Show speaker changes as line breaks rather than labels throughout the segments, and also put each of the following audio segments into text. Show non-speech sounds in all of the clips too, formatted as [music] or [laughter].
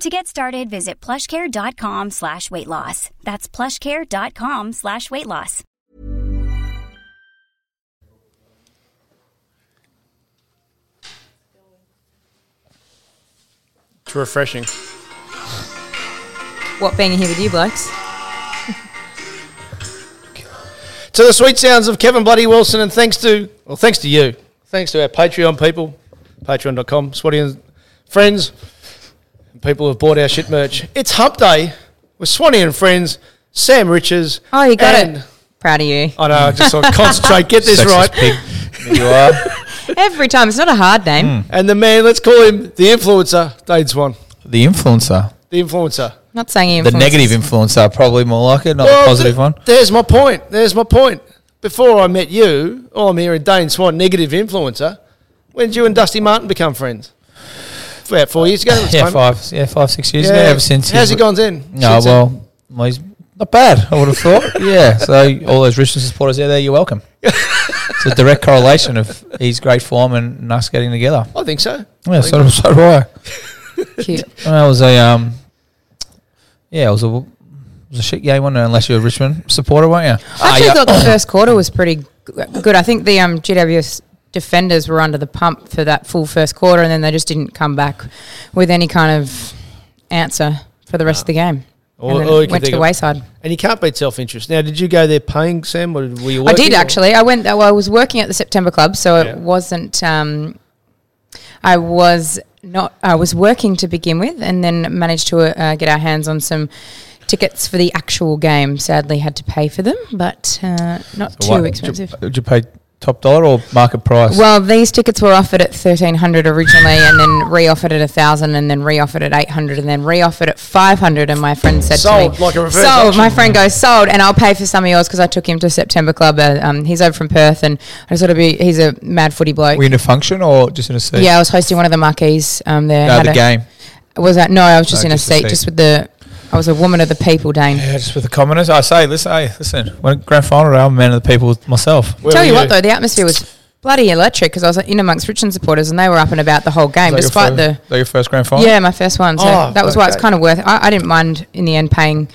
To get started, visit plushcare.com slash weight loss. That's plushcare.com slash weight loss.
It's refreshing.
What being here with you blokes?
To the sweet sounds of Kevin Bloody Wilson, and thanks to well, thanks to you, thanks to our Patreon people, Patreon.com, Swatian friends, and people who've bought our shit merch. It's Hump Day with Swanee and friends, Sam Richards.
Oh, you got
and-
it. Proud of you.
I know. I just sort of concentrate. Get this right.
Pig. you are.
Every time. It's not a hard name.
And the man, let's call him the influencer, Dane Swan.
The influencer.
The influencer.
Not saying
The
influences.
negative influencer, probably more like it, not
Well,
the positive
th-
one.
There's my point. There's my point. Before I met you, oh, I'm hearing Dane Swan, negative influencer. When did you and Dusty Martin become friends? About four years ago. let's
Yeah,
claim.
five, yeah, five, six years ago. Ever since, he-
How's it gone then?
No,
Since then?
well, well, he's not bad. I would have thought. yeah. So all those Richmond supporters out there, you're welcome. it's a direct correlation of his great form and us getting together.
I think so.
Yeah, so, so do I.
[laughs]
Cute.
And I was a um, yeah, I was a it was a shit game, wasn't it? Unless you're a Richmond supporter, weren't you?
Ah,
Ah,
I actually thought the first quarter was pretty g- good. I think the um, GWS defenders were under the pump for that full first quarter, and then they just didn't come back with any kind of answer for the rest of the game.
All-
and then
all you
it
can
went to
think
the
of-
wayside.
And you can't beat self interest. Now, did you go there paying, Sam? Or were you
I
working
did
or-
actually. I went. Well, I was working at the September Club, so
Yeah.
it wasn't. Um, I was not. I was working to begin with, and then managed to uh, get our hands on some tickets for the actual game. Sadly, had to pay for them, but uh, not
So
too
what-
expensive.
Did you, did you pay top dollar or market price?
Well, these tickets were offered at thirteen hundred originally, and then re-offered at thousand, and then re-offered at eight hundred, and then re-offered at five hundred. And my friend said
Sold,
to me,
like a reverse
"Sold."
auction.
My friend goes, "Sold," and I'll pay for some of yours because I took him to September Club. Uh, um, he's over from Perth, and I just thought it'd be he's a mad footy bloke.
were you in a function or just in a seat?
yeah, I was hosting one of the marquees um, there.
no,
Had
Uh, the
a-
game.
Was that no? I was just
No,
in a
just the
seat,
seat.
just with the. I was a woman of the people, Dane.
Yeah, just with the commoners. I say, listen, hey, listen. When grand final, I'm a man of the people with myself.
Where
Tell
were
you what, though, the atmosphere was bloody electric because I was in amongst Richmond supporters, and they were up and about the whole game,
Is that
despite
your
the.
first, is that your first grand final?
Yeah, my first one. So
Oh,
that was why it's
okay.
kind of worth. I, I didn't mind in the end paying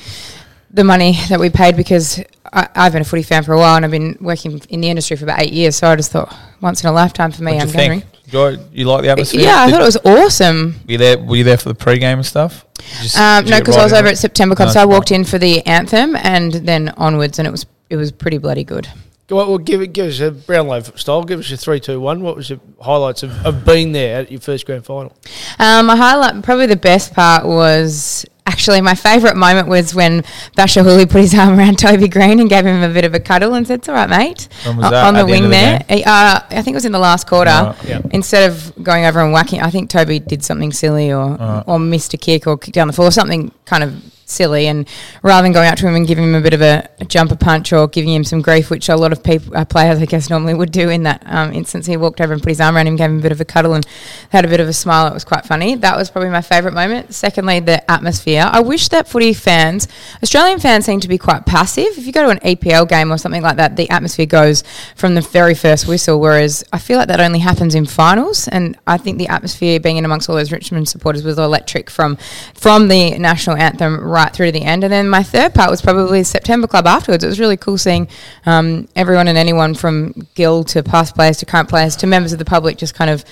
the money that we paid because I, I've been a footy fan for a while and I've been working in the industry for about eight years. So I just thought once in a lifetime for me,
What'd
I'm
you think?
gathering.
Enjoy, you like the atmosphere?
Yeah, I
Did-
thought it was awesome.
Were you there? Were you there for the pre-game and stuff? Did you s-
Um,
did
no,
you get
because I
right
was
in
over
it?
at September Club,
No,
so I
it's
walked
fine.
in for the anthem and then onwards, and it was it was pretty bloody good.
Go on, well, give it, give us a Brownlow style. Give us your three, two, one. What was your highlights of, of being there at your first grand final?
Um, my highlight, probably the best part was actually my favourite moment was when Basha Hooley put his arm around Toby Green and gave him a bit of a cuddle and said, "It's all right, mate."
When was
O-
that?
On the
At the
wing
end of the
there, Eh, uh, I think it was in the last quarter.
Right.
Yeah.
Instead of going over and whacking, I think Toby did something silly or or missed a kick or kicked down the floor, something kind of silly. And rather than going up to him and giving him a bit of a, a jumper punch or giving him some grief, which a lot of people uh, players I guess normally would do in that um, instance, he walked over and put his arm around him, gave him a bit of a cuddle, and had a bit of a smile. It was quite funny. That was probably my favourite moment. Secondly, the atmosphere. I wish that footy fans, Australian fans, seem to be quite passive. If you go to an EPL game or something like that, the atmosphere goes from the very first whistle. Whereas I feel like that only happens in finals, and I think the atmosphere being in amongst all those Richmond supporters was electric from from the national anthem right through to the end. And then my third part was probably September Club afterwards. It was really cool seeing um, everyone and anyone from Gill to past players to current players to members of the public just kind of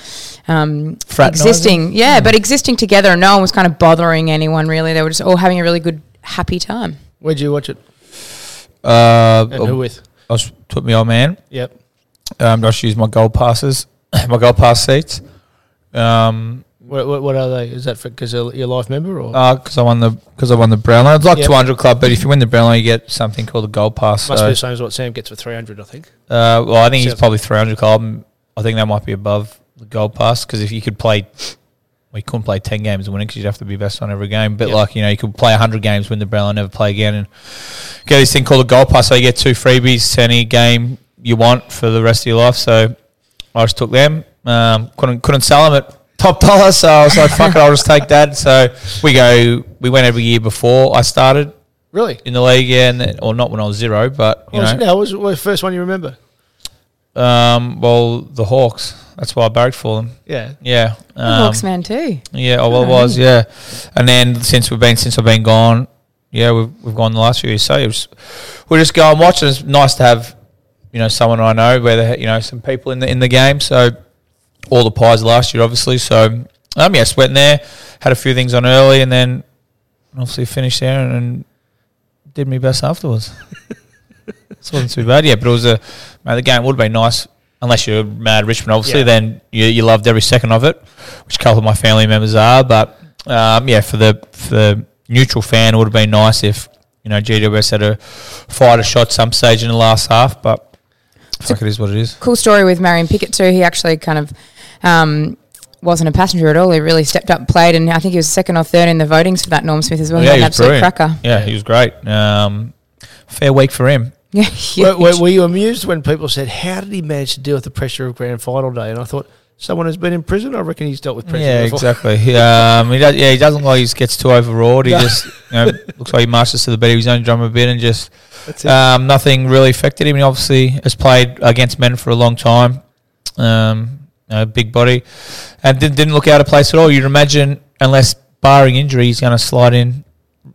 um,
Fraternising?
existing. Yeah, but existing together. and No one was kind of bothering anyone really. They were just all having a really good, happy time.
Where'd you watch it?
Uh,
And who with?
I s- took my old man.
Yep.
Um, I just used my gold passes, [coughs] my gold pass seats. Um,
What, what, what are they? Is that because you're a life member or
because I won the because I won the Brownlow. It's like
Yep.
two hundred club, but if you win the Brownlow, you get something called a gold pass.
must
so-
be the same as what Sam gets for three hundred? I think.
Uh, well, I think he's
Seven.
probably 300 club. and I think that might be above the gold pass because if you could play, well, you couldn't play 10 games and win it because you'd have to be best on every game. But
Yep.
like, you know, you could play 100 games, win the Brownlow, never play again, and get this thing called a gold pass. So you get two freebies to any game you want for the rest of your life. So I just took them. Um, couldn't couldn't sell them at top [laughs] dollar, so I was like, fuck it, I'll just take that. So we go. We went every year before I started
Really?
in the league, yeah, and then, or not when I was zero, but you
What was
know.
it now? What was the what first one you remember?
Um, well, the Hawks. That's why I barracked for them.
Yeah.
Yeah. Um,
Hawks man too.
Yeah, I well, was, yeah. And then since we've been since I've been gone, yeah, we've we've gone the last few years. So it was, we just go and watch. And it's nice to have, you know, someone I know, whether you know some people in the in the game. So all the pies last year, obviously. So um, yes, went in there, had a few things on early, and then obviously finished there and, and did my best afterwards. it wasn't too bad, yeah. But it was a man. The game would have been nice. Unless you're mad Richmond, obviously,
Yeah.
then you, you loved every second of it which a couple of my family members are. But um, yeah, for the for the neutral fan, it would have been nice if you know GWS had a fired a shot some stage in the last half. But fuck, it is what it is.
cool story with Marion Pickett too. He actually kind of um, wasn't a passenger at all. He really stepped up, and played, and I think he was second or third in the votings for that Norm Smith as well.
yeah,
he
he
had an
was
absolute
brilliant.
cracker. [laughs]
Yeah, he was great. Um, fair week for him.
Yeah,
Were,
huge.
were, were you amused when people said, "How did he manage to deal with the pressure of grand final day?" And I thought, someone who's been in prison, I reckon he's dealt with pressure.
Yeah,
before.
exactly. He, um, he does, yeah, he doesn't like he just gets too overawed. He just you know,
[laughs]
looks like he marches to the beat of his own drum a bit and just
That's it.
um, nothing really affected him. He obviously has played against men for a long time. Um, a big body, and didn't, didn't look out of place at all. You'd imagine, unless barring injury, he's going to slide in.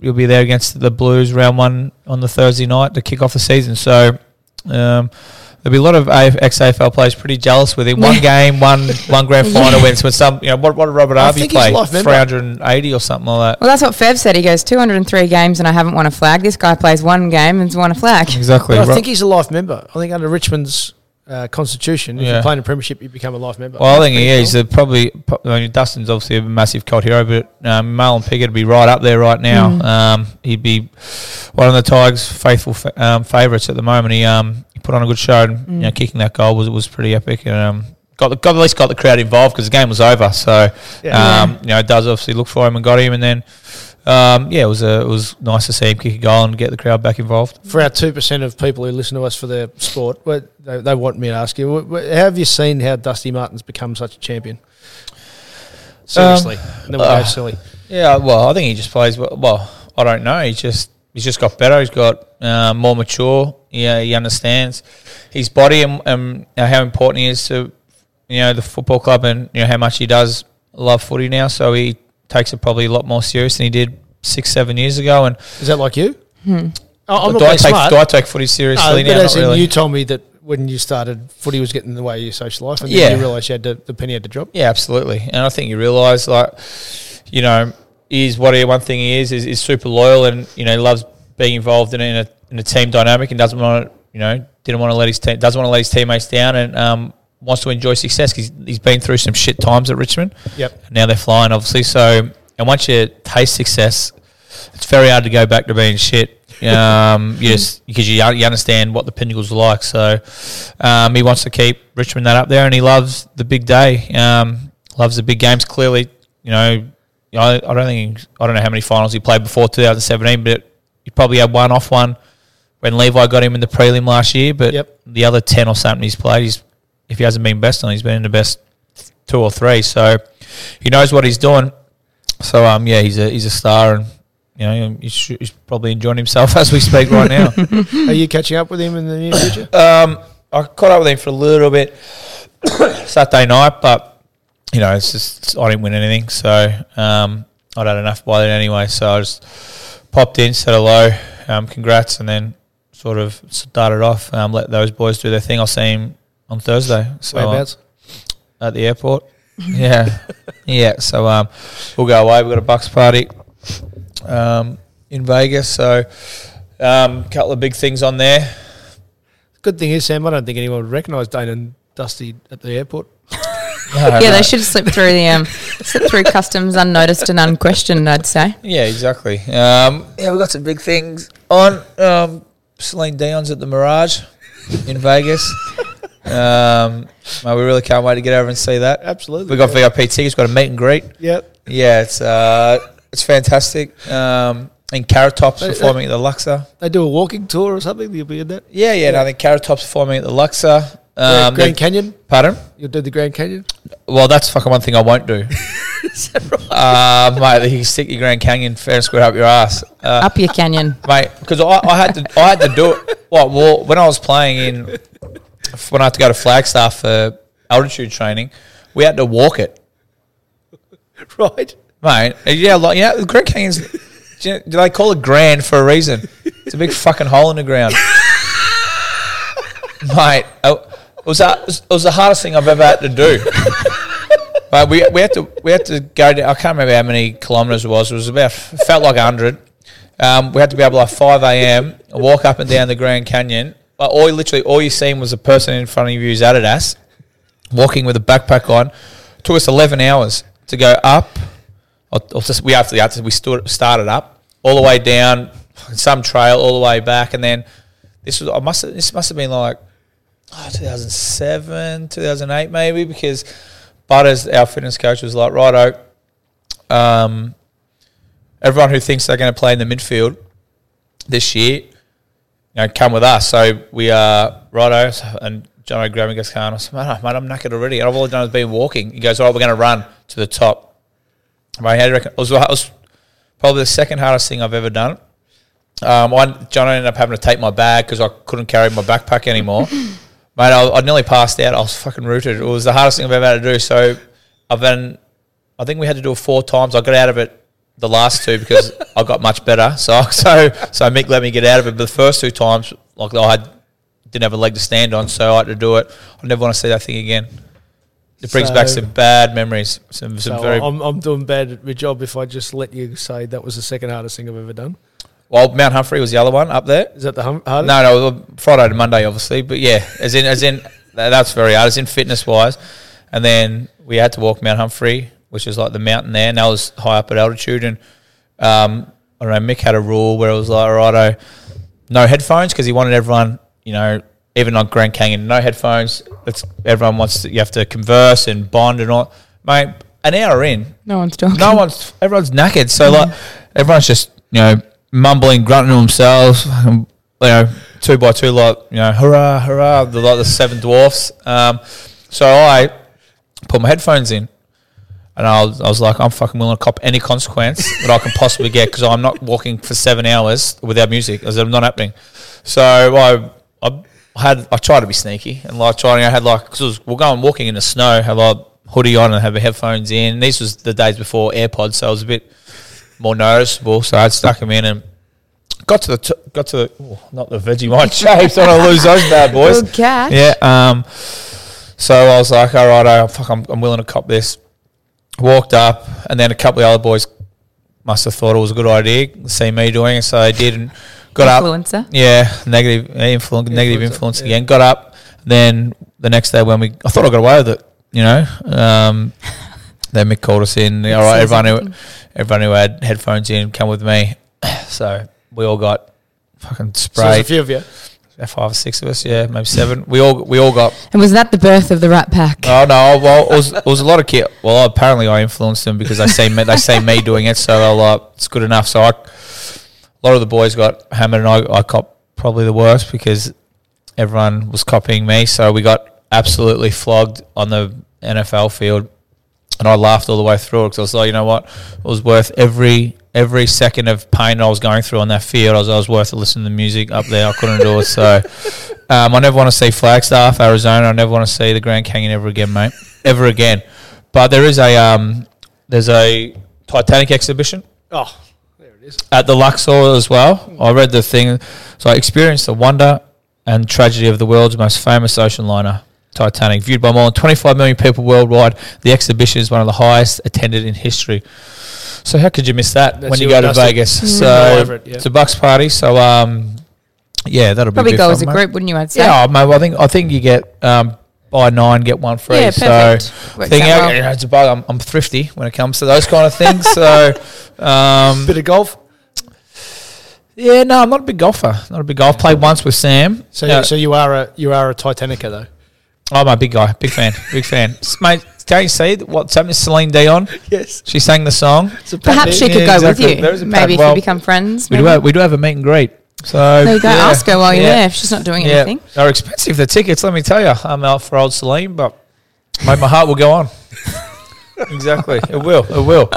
He'll be there against the Blues round one on the Thursday night to kick off the season. So. Um, There'll be a lot of A- ex-AFL players pretty jealous with him. One game, one one
[laughs]
grand final wins with some. You know what? What did Robert
I
Harvey
think he's
play?
life member.
Three hundred and eighty or something like that.
well, that's what Fev said. He goes 203 games, and I haven't won a flag. This guy plays one game and's won a flag.
Exactly.
But I think he's a life member. I think under Richmond's uh, constitution, if
Yeah.
you're playing a premiership, you become a life member.
Well, I think he is. Uh, probably, pro- I mean, Dustin's obviously a massive cult hero, but um, Marlon Pickett would be right up there right now. Um, he'd be one of the Tigers' faithful fa- um, favourites at the moment. He, um, he put on a good show, and you know, kicking that goal was was pretty epic, and um, got the, got at least got the crowd involved because the game was over. So,
Yeah.
um, you know, it does obviously look for him and got him, and then. Um, yeah, it was a, it was nice to see him kick a goal and get the crowd back involved.
For our two percent of people who listen to us for their sport, what- they, they want me to ask you: wh- wh- How have you seen how Dusty Martin's become such a champion? Seriously, and then we
uh,
go silly.
Yeah, well, I think he just plays well. well I don't know. He's just he's just got better. He's got uh, more mature. Yeah, he understands his body and, and how important he is to you know the football club and you know how much he does love footy now. So he takes it probably a lot more serious than he did six seven years ago. And
Is that like you? I- I'm not
do I
being
take
smart.
do I take footy
No,
seriously
but
now? Not
as in,
really.
you told me that when you started, footy was getting in the way of your social life, and
Yeah.
then you realised you had to, the penny had to drop.
Yeah, absolutely. And I think you realise, like, you know, is what he one thing he is is, is super loyal and you know loves being involved in, a- in a in a team dynamic and doesn't want to you know didn't want to let his team doesn't want to let his teammates down and um, wants to enjoy success. He's he's been through some shit times at Richmond.
Yep.
Now they're flying, obviously. So and once you taste success, it's very hard to go back to being shit. Um, [laughs] yes, because you, you understand what the Pinnacle's are like. So um, he wants to keep Richmond that up there, and he loves the big day. Um, loves the big games. Clearly, you know, I, I don't think I don't know how many finals he played before 2017, but he probably had one off one when Levi got him in the prelim last year. But
Yep.
the other ten or something he's played, he's if he hasn't been best on, he's been in the best two or three. So he knows what he's doing. So um, yeah, he's a he's a star, and you know he's, he's probably enjoying himself [laughs] as we speak right now.
Are you catching up with him in the near
[coughs]
future?
um, I caught up with him for a little bit [coughs] Saturday night, but you know, it's just I didn't win anything, so um, I'd had enough by then anyway. So I just popped in, said hello, um, congrats, and then sort of started off. Um, let those boys do their thing. I'll see him on Thursday. So uh,
Whereabouts?
at the airport. yeah, yeah. So um, we'll go away. We've got a bucks party um, in Vegas. So Um, couple of big things on there.
Good thing is, Sam, I don't think anyone would recognise Dane and Dusty at the airport.
[laughs] yeah, they should slip through the um, slip through customs unnoticed and unquestioned. I'd say.
Yeah, exactly. Um, yeah, we've got some big things on. Um, Celine Dion's at the Mirage in Vegas. Um, mate, we really can't wait to get over and see that.
Absolutely.
We got VIP tickets. Got a meet and greet.
Yep.
Yeah, it's uh, it's fantastic. Um, and Carrot Top's performing at the Luxor.
They do a walking tour or something. You'll be in that.
Yeah, yeah. No, I think Carrot Top's performing at the Luxor. Um,
Grand Canyon.
Pardon?
You'll do the Grand
[laughs]
Canyon.
Well, that's fucking one thing I won't [laughs] do. uh, mate, you stick your Grand Canyon fair and square up your ass. Uh,
Up your canyon.
mate. Because I, I had to, I had to do it. Well, well, when I was playing in, when I had to go to Flagstaff for altitude training, we had to walk it,
Right.
mate. Uh, Yeah, like yeah, the Grand Canyon's. Do, you- do they call it grand for a reason? It's a big fucking hole in the ground, mate. I, it was, that, it was it was the hardest thing I've ever had to do. But we we had to we had to go down. I can't remember how many kilometres it was. It was about it felt like hundred. Um, we had to be able to like five a.m. walk up and down the Grand Canyon. But all literally all you seen was a person in front of you's Adidas walking with a backpack on. took us eleven hours to go up. Or, or just, we after the after we stood, started up all the way down some trail all the way back, and then this was I must have- this must have been like oh, 2007, 2008 maybe because Butters, our fitness coach, was like, righto, um, everyone who thinks they're going to play in the midfield this year, you know, come with us. So we are righto, and Jono Graham goes, Khan, I said, mate, mate, I'm knackered already. And I've all done is been walking. He goes, all right, we're going to run to the top. Mate, how do you reckon? It was, it was probably the second hardest thing I've ever done. Um, I, John ended up having to take my bag because I couldn't carry my backpack anymore.
[laughs]
Mate, I, I nearly passed out. I was fucking rooted. It was the hardest thing I've ever had to do. So I've been, I think we had to do it four times. I got out of it the last two because I got much better. [laughs] So so so Mick let me get out of it. But the first two times, like I had, didn't have a leg to stand on, so I had to do it. I never want to see that thing again. It brings back
So-
some bad memories. Some some
So
very
I'm, I'm doing bad at my job if I just let you say that was the second hardest thing I've ever done.
well. Mount Humphrey was the other one up there.
Is that the hum- hardest?
No, no, well, Friday to Monday, obviously. But yeah, as in, as in, tha- that's very hard. As in fitness wise, and then we had to walk Mount Humphrey, which is like the mountain there, and that was high up at altitude. And um, I don't know, Mick had a rule where it was like, righto, no headphones because he wanted everyone, you know, even on Grand Canyon, no headphones. That's everyone wants. To, you have to converse and bond and all, mate. An hour in,
No one's talking.
no one's everyone's knackered. So like everyone's just you know mumbling, grunting to themselves. You know, two by two, like you know, hurrah, hurrah, the like the seven dwarfs. Um, so I put my headphones in, and I was, I was like, I'm fucking willing to cop any consequence that I can possibly get because I'm not walking for seven hours without music. I said, I'm not happening. So I, I had, I tried to be sneaky and like trying. I had like, because was we're going walking in the snow, had like hoodie on and have my headphones in. These was the days before AirPods, so I was a bit more noticeable. So I stuck them in and got to the t- got to the oh, not
[laughs]
the Vegemite shapes. I don't wanna lose those bad boys.
Good catch.
Yeah. Um. So I was like, all right, oh, fuck, I'm, I'm willing to cop this. Walked up, and then a couple of other boys must have thought it was a good idea, see me doing it, so they did and got
Influencer.
up. Yeah, negative eh, influence, negative
Influencer,
influence
yeah.
again. Got up, then the next day when we, I thought I got away with it, you know.
[laughs]
Um, then Mick called us in. All right,
says
everyone who, everyone who had headphones in, come with me. [sighs] So we all got fucking
So there's a
sprayed.
few of you.
five or six of us, yeah, maybe seven. We all we all got
And was that the birth of the Rat Pack?
Oh [laughs] no! Well, it was, it was a lot of kid. Well, apparently I influenced them because they see me, they see me doing it, so they're like, "It's good enough." So I, a lot of the boys got hammered, and I, I cop probably the worst because everyone was copying me. So we got absolutely flogged on the NFL field, and I laughed all the way through it because I was like, you know what, it was worth every every second of pain I was going through on that field. I was, I was worth it listening to the music up there. I couldn't do it, so. Um, I never want to see Flagstaff, Arizona. I never want to see the Grand Canyon ever again, mate. Ever again. But there is a um, there's a Titanic exhibition
Oh, there it is.
at the Luxor as well. I read the thing, so I experienced the wonder and tragedy of the world's most famous ocean liner, Titanic. Viewed by more than 25 million people worldwide, the exhibition is one of the highest attended in history. So how could you miss that
That's
when you
your
go to
dusty.
Vegas?
All
So
over it, yeah.
it's a bucks party. So um, yeah, that'll be
Probably
good
go
fun,
as a
mate.
group, wouldn't you? I'd say.
Yeah, oh, mate, well, I think I think you get um, buy nine get one free.
Yeah, perfect.
So
Works
thing
out
out,
well.
you know, it's a bug. I'm, I'm thrifty when it comes to those kind of things.
[laughs]
so um,
Bit of golf.
yeah, no, I'm not a big golfer. Not a big golf. Played once with Sam.
So,
Yeah.
so you are a you are a Titanica though.
Oh, my big guy, big fan, big fan, S- mate. Can you see what's happening? Celine Dion.
Yes.
She sang the song.
Perhaps she could
Yeah,
go
exactly. There
with
is a
you. Maybe if
well,
you become friends.
We do
maybe.
have, we do have a meet and greet. So
There you go.
yeah,
Ask her while you're
yeah.
there if she's not doing anything.
They're expensive, the tickets, let me tell you. I'm out for old Celine, but mate, my heart will go
[laughs]
on. exactly. It will. It will.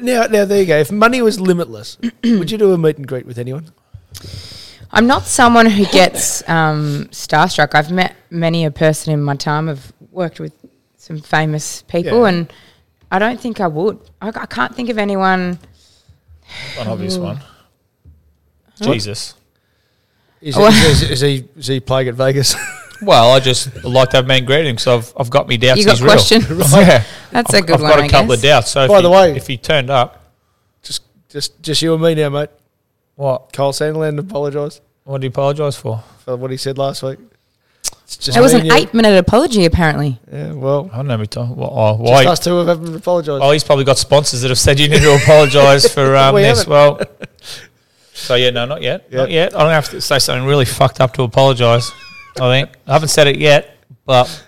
Now, now there you go. If money was limitless, would you do a meet and greet with anyone?
I'm not someone who gets um, starstruck. I've met many a person in my time. I've worked with some famous people,
Yeah.
and I don't think I would. I, I can't think of anyone.
An obvious one. Jesus.
Is, he- is, he- is he is he playing at Vegas? [laughs]
Well, I just like to have man greetings, so I've, I've got me doubts.
You got
he's real. [laughs]
questions?
Yeah.
That's
I've,
a good
I've
one.
got a
I
couple
guess.
of doubts. So,
By
if
the
he-
way-
if he turned up,
just just just you and me now, mate.
what?
Kyle Sandland apologised
What do you apologise for?
for what he said last week. It's just
It was
me and
an
you.
eight-minute apology, apparently.
Yeah, well,
I don't know. we talk- What, oh,
just
why?
us two have haven't apologised.
Oh, he's probably got sponsors that have said you need to
[laughs]
apologise for um,
We
this.
haven't. [laughs]
Well, so yeah, no, not yet, not yet. I don't have to say something really fucked up to apologise. I think I haven't said it yet, but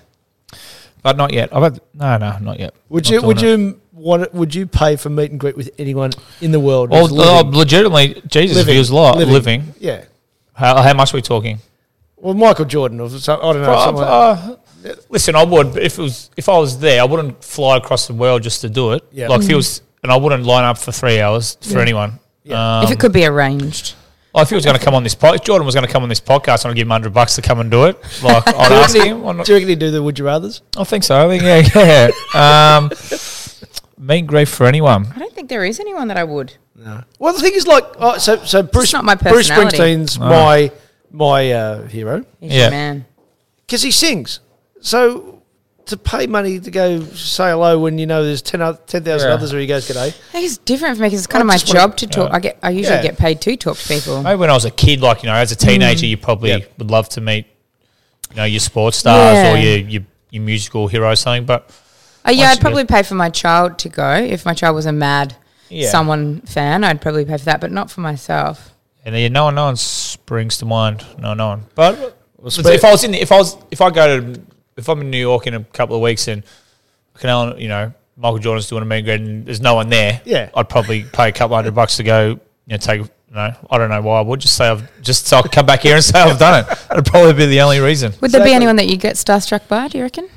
but not yet. I've had, no, no, not yet.
Would
Not
you
doing
would
it.
you want it- would you pay for meet and greet with anyone in the world?
Well,
who's living?
oh, legitimately, Jesus, if he was li- living.
Yeah.
How, how much are we talking?
Well, Michael Jordan or some, I don't know.
Well,
someone-
uh, listen, I would if it was if I was there, I wouldn't fly across the world just to do it.
Yeah. Mm.
Like if he was, and I wouldn't line up for three hours for anyone.
Yeah.
Um,
if it could be arranged,
Well, if he was going to come on this podcast, Jordan was going to come on this podcast, and I'd give him hundred bucks to come and do it. Like I'd ask him. I'm not-
do you reckon he'd do the Would You Rather's?
I think so. I think yeah, yeah. Um, meet and greet for anyone.
I don't think there is anyone that I would.
No. Well, the thing is, like, oh, so so Bruce,
not my
Bruce
personality.
Springsteen's my my uh, hero
He's
Yeah.
your man.
because he sings. So to pay money to go say hello when you know there's ten oth- 10,000
Yeah.
others where he goes today.
I think it's different for me because it's kind
I
of my
just wanna-
job
Uh,
to talk. I get. I usually
Yeah.
get paid to talk to people.
Maybe when I was a kid, like you know, as a teenager, you probably
Yep.
would love to meet, you know, your sports stars or
Yeah.
your, your your musical hero or something. But
Uh, yeah,
Once
I'd
you
probably pay for my child to go if my child was a mad
Yeah.
someone fan. I'd probably pay for that, but not for myself.
and then no one, no one springs to mind. No, no one. But
Spring-
if I was in, if I was, if I go to, if I'm in New York in a couple of weeks and Canal, you know, Michael Jordan's doing a meet and greet and there's no one there,
Yeah.
I'd probably pay a couple hundred bucks to go. You know, take. You know, I don't know why I would just say I've just so I could come back here and say I've done it. That'd probably be the only reason.
Would there
Exactly.
be anyone that you get starstruck by? Do you reckon?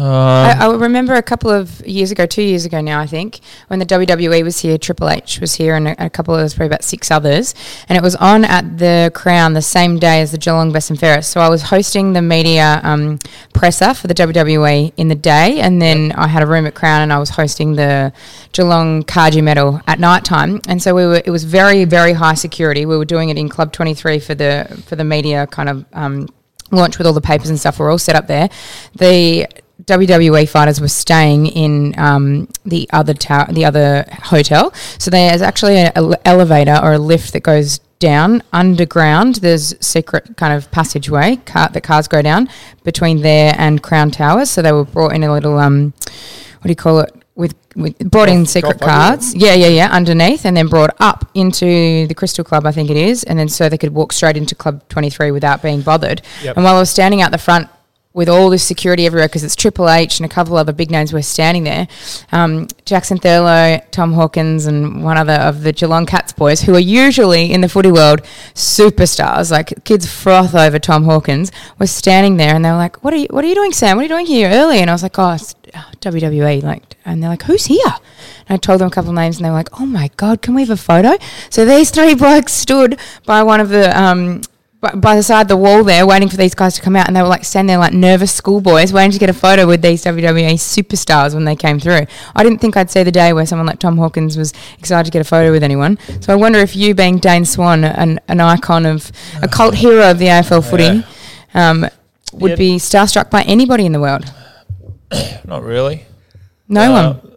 I, I remember a couple of years ago, two years ago now, I think, when the WWE was here, Triple H was here, and a, a couple of there's probably about six others, and it was on at the Crown the same day as the Geelong Best and Ferris. So I was hosting the media um, presser for the WWE in the day, and then I had a room at Crown, and I was hosting the Geelong Kaji Medal at night time, and so we were. It was very very high security. We were doing it in Club Twenty Three for the for the media kind of. Um, launch with all the papers and stuff were all set up there. The WWE fighters were staying in um, the other tower, the other hotel. So there's actually an ele- elevator or a lift that goes down underground. There's secret kind of passageway car- that cars go down between there and Crown Towers. So they were brought in a little um, what do you call it? With, with brought in
Golf- golf
secret
buggy?
cards. Yeah, yeah, yeah. Underneath, and then brought up into the Crystal Club, I think it is, and then so they could walk straight into Club Twenty Three without being bothered.
Yep.
And while I was standing out the front with all this security everywhere, because it's Triple H and a couple other big names were standing there, um, Jackson Thurlow, Tom Hawkins, and one other of the Geelong Cats boys, who are usually in the footy world superstars, like kids froth over Tom Hawkins, were standing there, and they were like, "What are you? What are you doing, Sam? What are you doing here early?" And I was like, "Oh, it's oh, WWE." Like, and they're like, "Who's here?" And I told them a couple of names, and they were like, "Oh my god, can we have a photo?" So these three [laughs] blokes stood by one of the um, by, by the side of the wall there, waiting for these guys to come out, and they were like standing there like nervous schoolboys, waiting to get a photo with these WWE superstars when they came through. I didn't think I'd see the day where someone like Tom Hawkins was excited to get a photo with anyone. So I wonder if you, being Dane Swan, an, an icon of a cult hero of the AFL footy. Um, would be starstruck by anybody in the world.
Not really.
No
Uh,
[laughs] one.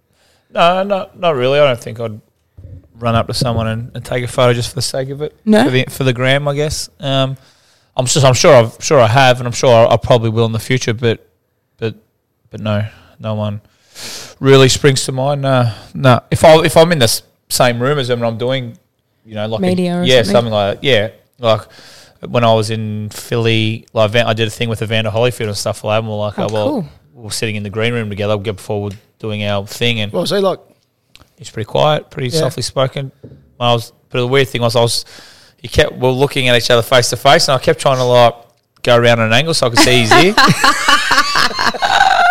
No, not not really. I don't think I'd run up to someone and, and take a photo just for the sake of it.
No?
for the, for the gram, I guess. Um, I'm just, I'm sure, I've sure I have, and I'm sure I, I probably will in the future. But, but, but no, no one really springs to mind. No, no. If I if I'm in the s- same room as them and I'm doing, you know, like a-
Media or
yeah,
something.
something like that. Yeah, like. When I was in Philly, like Van, I did a thing with Evander Holyfield and stuff like that. And we're like,
Oh,
oh, well,
cool.
we we're sitting in the green room together before we're doing our thing. And
What was he like?
He's pretty quiet, pretty
Yeah.
softly spoken. When I was, but the weird thing was, I was, he kept we were looking at each other face to face, and I kept trying to like go around at an angle so I could see his ear. I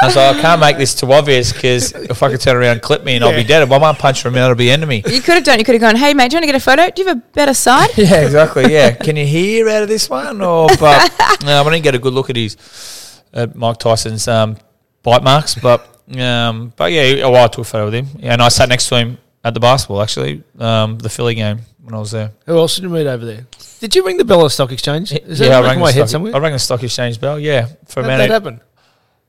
was like, I can't make this too obvious because if I could turn around and clip me, and I'll be dead. If I might punch him out, it'll be end of me.
You could have done. You could have gone. Hey, mate, do you want to get a photo? Do you have a better side?
[laughs]
[laughs]
Yeah, exactly. Yeah, can you hear out of this one? Or but no, I didn't get a good look at his at Mike Tyson's um, bite marks. But um, but yeah, oh, I took a photo with him, yeah, and I sat next to him at the basketball actually, um, the Philly game when I was there.
Who else did you meet over there? Did you ring the bell at Stock Exchange? Is that
yeah,
back in my
the
head
stock,
somewhere?
I rang the stock exchange bell. Yeah, for a
How'd that
minute.
happen?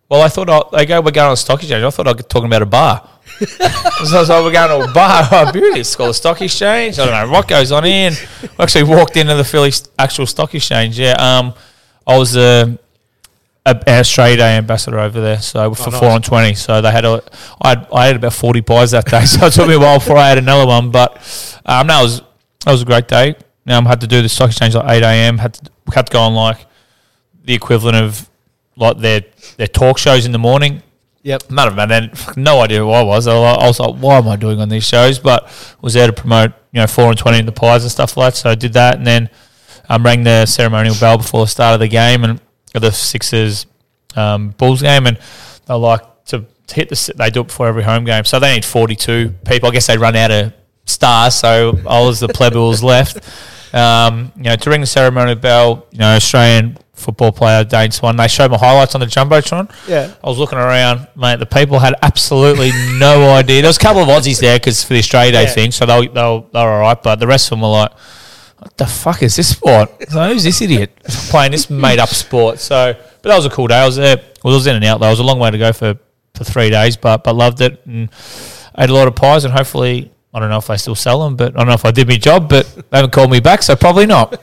Well, I thought I, they go, we're going on the stock exchange. I thought I was talking about a bar. [laughs] so I was like, we're going to a bar. [laughs] Oh, beauty. It's called the stock exchange. I don't know what goes on in. I actually walked into the Philly s- actual stock exchange. Yeah. Um, I was the uh, a- an Australia Day ambassador over there. So for four on 20. So they had a, I had, I had about 40 pies that day. [laughs] So it took me a while before I had another one. But um, no, it was, that was a great day. Um, had to do the stock exchange like 8 a.m. Had to, had to go on like the equivalent of like their their talk shows in the morning.
Yep.
None of them had fucking [laughs] no idea who I was. I was like- I was like, why am I doing on these shows? But was there to promote, you know, four and twenty in the pies and stuff like that. So I did that and then um, rang the ceremonial bell before the start of the game and the Sixers um, Bulls game and they like to, to hit the s- they do it before every home game. So they need forty two people. I guess they run out of stars, so I was the pleb who was [laughs] left um, you know, to ring the ceremonial bell, you know, Australian football player Dane Swan. They showed my highlights on the jumbotron.
Yeah.
I was looking around, mate. The people had absolutely no idea. There was a couple of Aussies there because for the Australia Day
Yeah.
thing, so they they were, they were all right. But the rest of them were like, "What the fuck is this sport? So who's this idiot playing this made up sport?" So, but that was a cool day. I was there. I was in and out though. It was a long way to go for for three days, but but loved it and ate a lot of pies and hopefully. I don't know if they still sell them, but I don't know if I did my job, but they haven't called me back, so probably not.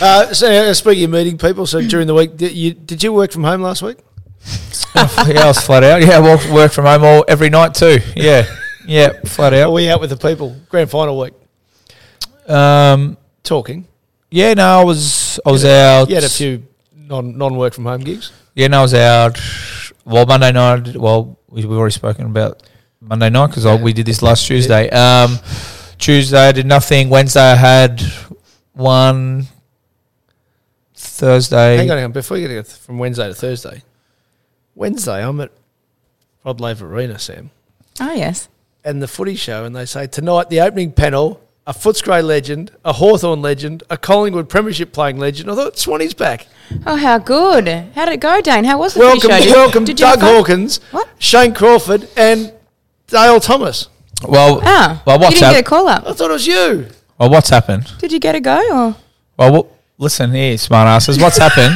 Uh, so uh, speaking of meeting people, so during the week, did you did you work from home last week?
yeah, I was flat out. Yeah, I walk- work from home all every night too. [laughs] Yeah, yeah, flat
Are
out.
we out with the people? Grand final week,
Um,
talking.
Yeah, no, I was I was out.
You had a few non non work from home gigs.
Yeah, no, I was out. Well, Monday night. Well, we, we've already spoken about Monday night because we did this last Tuesday. Um, Tuesday I did nothing. Wednesday I had one. Thursday.
Hang on, hang on. Before you get from Wednesday to Thursday, Wednesday I'm at Rod Laver Arena, Sam,
oh yes.
and the footy show, and they say tonight the opening panel. A Footscray legend, a Hawthorn legend, a Collingwood Premiership playing legend. I thought Swanee's back.
Oh, how good! How did it go, Dane? How was the footy
Welcome,
show? Did-
welcome,
did you have
Doug
fun?
Hawkins,
What?
Shane Crawford, and Dale Thomas.
Well,
Ah,
well,
you
what's
didn't get a
happened?
call
I
up.
thought it was you.
Well, what's happened?
Did you get a go? Or
Well, wha- listen here, smart asses. What's
[laughs]
happened?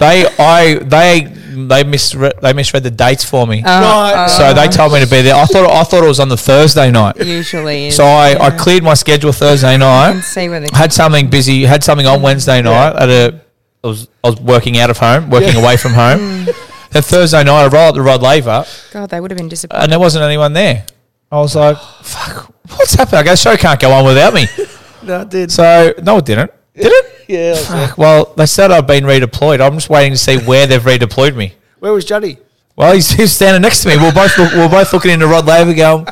they, I, they, they misread, they misread the dates for me.
Uh, Oh.
right.
So they told me to be there. I thought I thought it was on the Thursday night.
usually, is,
So I, I cleared my schedule Thursday
I can
night.
see where the
Had something busy. Had something on Wednesday night. At a, I was I was working out of home, working away from home. Then Thursday night, I rolled at the Rod Laver,
God, they would have been disappointed.
and there wasn't anyone there. I was like, "Fuck, what's happened?" I go, "The show can't go on without me."
No, I did.
So no, it didn't. Did it?
Yeah. I was there.
Fuck, Well, they said I've been redeployed. I'm just waiting to see where they've redeployed me.
Where was Juddy?
Well, he's, he's standing next to me. We're both look, we're both looking into Rod Laver, going,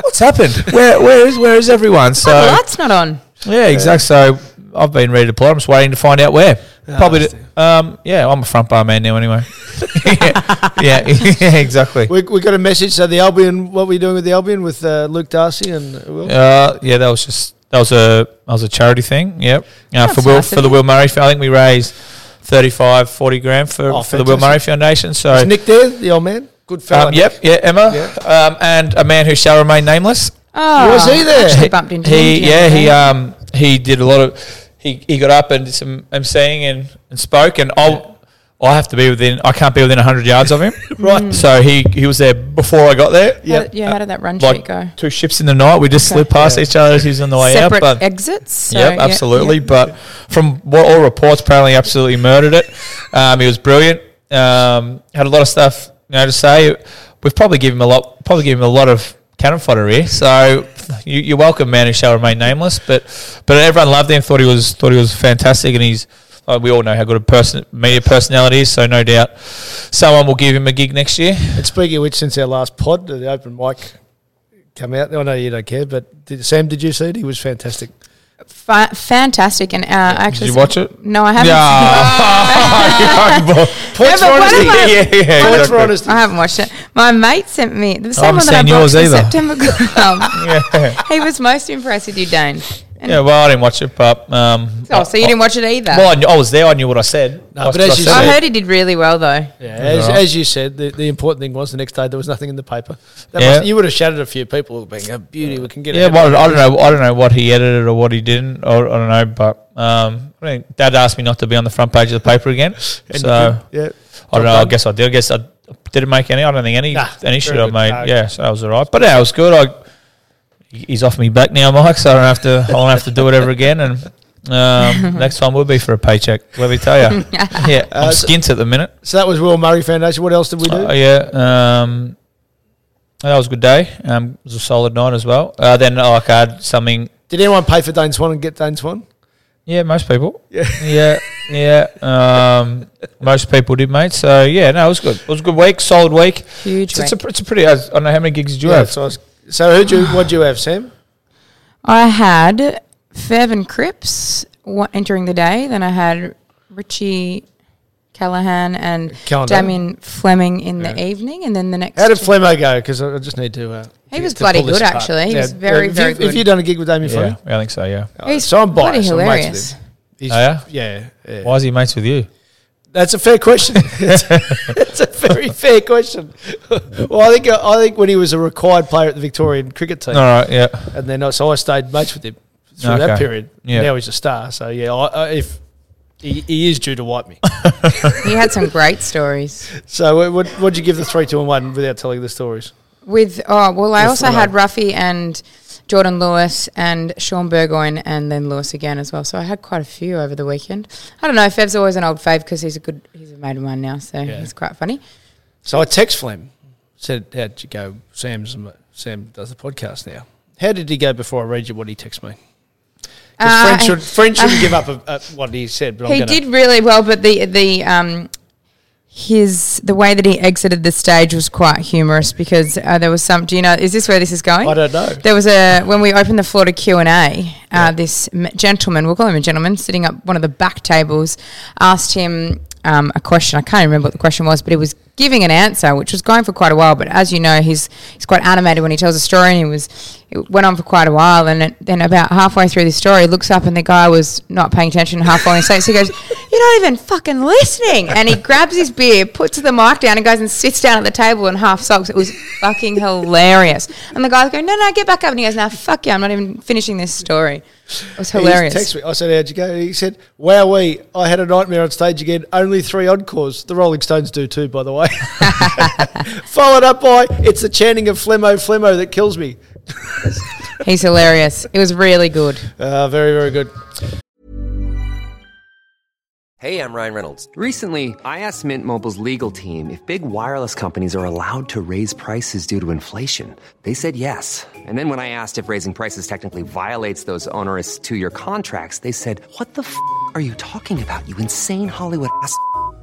"What's happened? Where where is where is everyone?" So
Oh, the light's not on.
yeah, exactly. So I've been ready to play. I'm just waiting to find out where. Probably.
that's
Um, yeah, I'm a front bar man now, anyway. [laughs] yeah, yeah, [laughs] yeah, exactly.
We, we got a message. So the Albion, what were you doing with the Albion with uh, Luke Darcy and Will?
Uh, yeah, that was just that was a that was a charity thing. Yep. Uh, for
That's
Will
nice of
for the
you.
Will Murray. I think we raised 35, 40 grand for,
Oh,
for the Will
fantastic.
Murray Foundation. So
Is Nick there, the old man? Good fella.
um, yep, yeah, Emma,
Yep.
Um, and a man who shall remain nameless.
Oh,
Was he there?
Actually bumped into
he
him.
yeah he um he did a lot of he, he got up and did some emceeing and, and spoke, and I'll, I have to be within, I can't be within 100
[laughs]
yards of him. right. So he, he was there before I got there.
How did- yeah, how did that run sheet
Like
go?
two ships in the night, we just
Okay.
slipped past each other as he was on the way
Separate
out. But
exits. so
yep,
yeah,
absolutely.
yeah.
But from what all reports, apparently, absolutely murdered it. Um, he was brilliant. Um, had a lot of stuff you know, to say. We've probably given him a lot. Probably given him a lot of cannon fodder here. So you, you're welcome, man. Who shall remain nameless. But but everyone loved him. Thought he was thought he was fantastic. And he's uh, we all know how good a person media personality is. So no doubt someone will give him a gig next year.
And speaking of which, since our last pod, the open mic come out. I know you don't care, but did, Sam, did you see it? He was fantastic.
Fa- fantastic. And uh, actually,
you watch it?
No, I haven't. [laughs]
[laughs] Yeah. You
Points for
honesty.
[laughs] yeah, yeah, yeah,
Points for
exactly.
honesty.
I haven't watched it. My mate sent me
Oh,
the same
haven't
one that I
seen
brought
yours
to the
[laughs]
either.
September club.
Yeah.
He was most impressed with you, Dane. And
Yeah, well, I didn't watch it, but um,
Oh, so you didn't watch it either.
Well, I, knew, I was there. I knew what I said.
No,
That's
but as
what
you
I
said-
heard he did really well though.
Yeah, as,
right.
as you said, the, the important thing was the next day there was nothing in the paper. That
Yeah.
must, you would have shouted a few people being a beauty. We can get
yeah,
ahead
well,
of
I
it."
don't know. I don't know what he edited or what he didn't. Or, I don't know, but um, I think Dad asked me not to be on the front page of the paper again.
[laughs] And
so
you did,
I don't know. I
Well done.
guess I did. I guess I didn't make any. I don't think any
Nah,
any shit
very
I
good.
made.
No.
Yeah, so that was all right. But yeah, it was good. I he's off me back now, Mike. So I don't have to. I don't have to do it ever again. And
[laughs]
um, next time will be for a paycheck. Let me tell you. yeah,
Uh,
I'm skint at the minute.
yeah. So that was Will Murray Foundation. What else did we do?
Oh yeah, um, that was a good day. Um, it was a solid night as well. Uh, then oh, like, I had something.
Did anyone pay for Dane Swan and get Dane Swan?
Yeah, most people. Yeah, yeah, yeah. Um, most people did, mate. So yeah, no, it was good. It was a good week, solid week.
Huge
It's, it's, a,
week.
pr- it's a pretty. I don't know how many gigs did you have.
So, I was, so who'd you? What'd you have, Sam?
I had Fev and Cripps wa- entering the day. Then I had Richie Callahan and
Callahan.
Damien Fleming in the evening. And then the next.
How did Flemo go? Because I I just need to. Uh,
He
to-
was
to
bloody
pull this
good,
apart.
actually. He was very,
if
very
you, If
good.
you done a gig with Damien
Yeah,
Flemo,
I think so. Yeah.
yeah.
He's
so I'm
bloody
biased. I'm mates with
hilarious.
him. He's-
Oh, yeah?
yeah, yeah.
Why is he mates with you?
That's a fair
[laughs]
question. it's, it's a very fair question. well, I think I think when he was a required player at the Victorian cricket team,
All right. Yeah.
and then I- so I stayed mates with him through
Okay.
that period.
Yeah.
Now he's a star. So yeah, I, I, if he, he is due to wipe
[laughs]
me.
He had some great stories.
so what- what what'd you give the three, two, and one without telling the stories?
With oh well, I
Yes,
also
I know.
had Ruffy and Jordan Lewis and Sean Burgoyne and then Lewis again as well. So I had quite a few over the weekend. I don't know. Fev's always an old fave because he's a good. He's a mate of mine now, so
Yeah.
he's quite funny.
So I text Flem, said, "How'd you go?" Sam's Sam does the podcast now. How did he go before I read you what he texted me? Because
Uh,
friends should friends
[laughs]
shouldn't give up a, a, what he said. But I'm
he
gonna,
did really well, but the the um his the way that he exited the stage was quite humorous because uh, there was some. Do you know? Is this where this is going?
I don't know.
There was a when we opened the floor to Q and A. Uh, This m- gentleman, we'll call him a gentleman, sitting up one of the back tables, asked him um, a question. I can't remember what the question was, but he was giving an answer, which was going for quite a while. But as you know, he's he's quite animated when he tells a story, and it was it went on for quite a while. And it, then about halfway through the story, he looks up and the guy was not paying attention, half falling asleep. So he goes, "You're not even fucking listening!" And he grabs his beer, puts the mic down, and goes and sits down at the table and half sulks. It was fucking hilarious. And the guy's going, "No, no, get back up!" And he goes, "No, fuck you! I'm not even finishing this story." It was
He
hilarious.
texted me. I said, "How'd you go?" He said, "Wowee, I had a nightmare on stage again. Only three encores. The Rolling Stones do too, by the
[laughs]
way." [laughs] Followed up by, "It's the chanting of Flemo, Flemo that kills me."
He's hilarious. It was
[laughs]
really good.
Uh, very, very good.
Hey, I'm Ryan Reynolds. Recently, I asked Mint Mobile's legal team if big wireless companies are allowed to raise prices due to inflation. They said yes. And then when I asked if raising prices technically violates those onerous two year contracts, they said, What the f are you talking about, you insane Hollywood ass? f-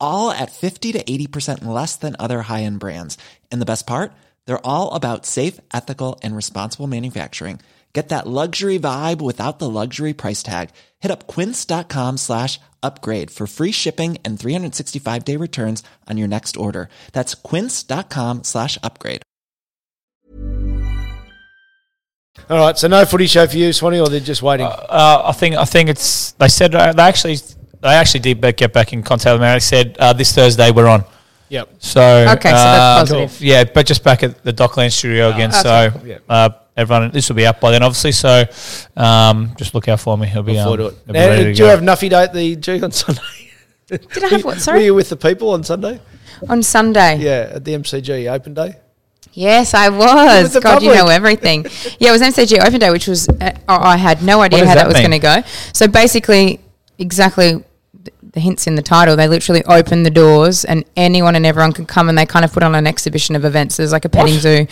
all at 50 to 80% less than other high end brands. And the best part? They're all about safe, ethical, and responsible manufacturing. Get that luxury vibe without the luxury price tag. Hit up quince.com slash upgrade for free shipping and 365 day returns on your next order. That's quince.com slash upgrade.
All right, so no footy show for you, Swanee, or they're just waiting.
Uh, I think I think it's they said uh, they actually they actually did back- get back in contact with me. They said uh, this Thursday we're on.
yep.
So uh,
Okay, so that's positive.
Yeah, but just back at the Dockland studio again. So
Yeah.
uh, everyone, this will be up by then, obviously. So um, just look out for me. It'll be,
Look forward
um,
to it.
it'll be
Now,
ready to
did you
go.
have Nuffy Day at the G on Sunday?
Did I [laughs] have what?
Were
Sorry,
you with the people on Sunday?
on Sunday.
Yeah, at the MCG Open Day.
Yes, I
With
was.
the
God, you know
public. [laughs]
everything. yeah, it was MCG Open Day, which was uh, oh, I had no idea
does
how
that
that, was
mean?
going to go. So basically, exactly th- the hints in the title. They literally opened the doors, and anyone and everyone could come, and they kind of put on an exhibition of events. There's like a petting zoo.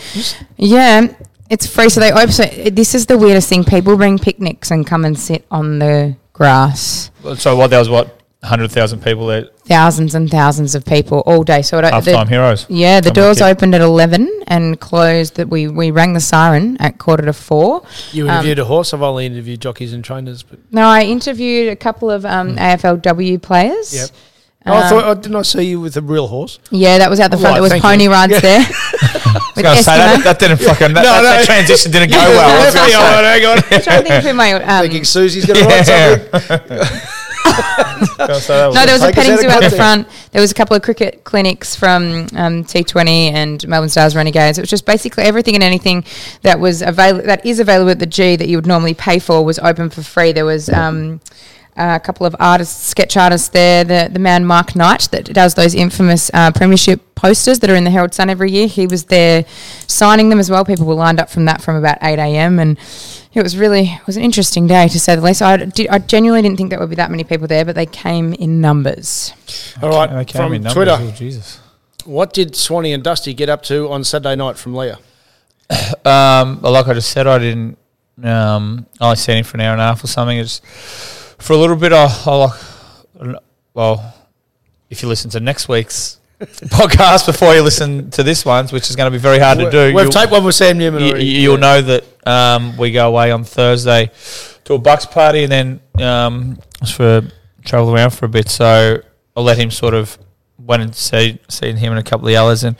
Yeah. It's free, so they open. So uh, this is the weirdest thing. People bring picnics and come and sit on the grass.
So what? That was what hundred thousand people there.
Thousands and thousands of people all day. So it, o- Uh, the-
Halftime heroes.
yeah, the
Come on,
doors
kid.
opened at eleven and closed. That we we rang the siren at quarter to four.
You interviewed
Um,
a horse. I've only interviewed jockeys and trainers. But
No, I interviewed a couple of um, AFLW players.
Hmm. Yep. I
Um,
thought, oh, didn't I see you with a real horse?
Yeah, that was out the front.
Right,
There was
Oh, thank
pony
you.
rides
Yeah. [laughs]
there. with
I was gonna say,
Eskimo.
that, that didn't fucking
No,
that, that,
no.
that transition
[laughs]
didn't go well.
Let's be honest, hang on.
trying
[laughs]
to think of who my um,
Thinking Susie's [laughs] going to write something.
no, there was a
Take us
petting
out of
zoo out the
context.
front. There was a couple of cricket clinics from um, T20 and Melbourne Stars Renegades. It was just basically everything and anything that was available that is available at the G that you would normally pay for was open for free. There was. Um, a couple of artists, sketch artists there. The the man Mark Knight that does those infamous uh, premiership posters that are in the Herald Sun every year. He was there signing them as well. People were lined up from that from about eight a.m. and it was really it was an interesting day to say the least. I, did, I genuinely didn't think there would be that many people there, but they came in numbers.
All right,
They came
from
in numbers.
Twitter.
Oh, Jesus.
What did Swanee and Dusty get up to on Saturday night from Leah?
Um, but like I just said, I didn't. Um, I only seen him for an hour and a half or something. It's for a little bit. I, I like. I don't know- Well, if you listen to
[laughs]
next week's podcast before you listen to this one's, which is going to be very hard to do,
We've
you'll-
taped one with Sam Newman.
you,
already.
you'll know that um, we go away on Thursday to a Bucks party, and then um, it's for travel around for a bit. So I'll let him sort of went and see seen him in a couple of hours, and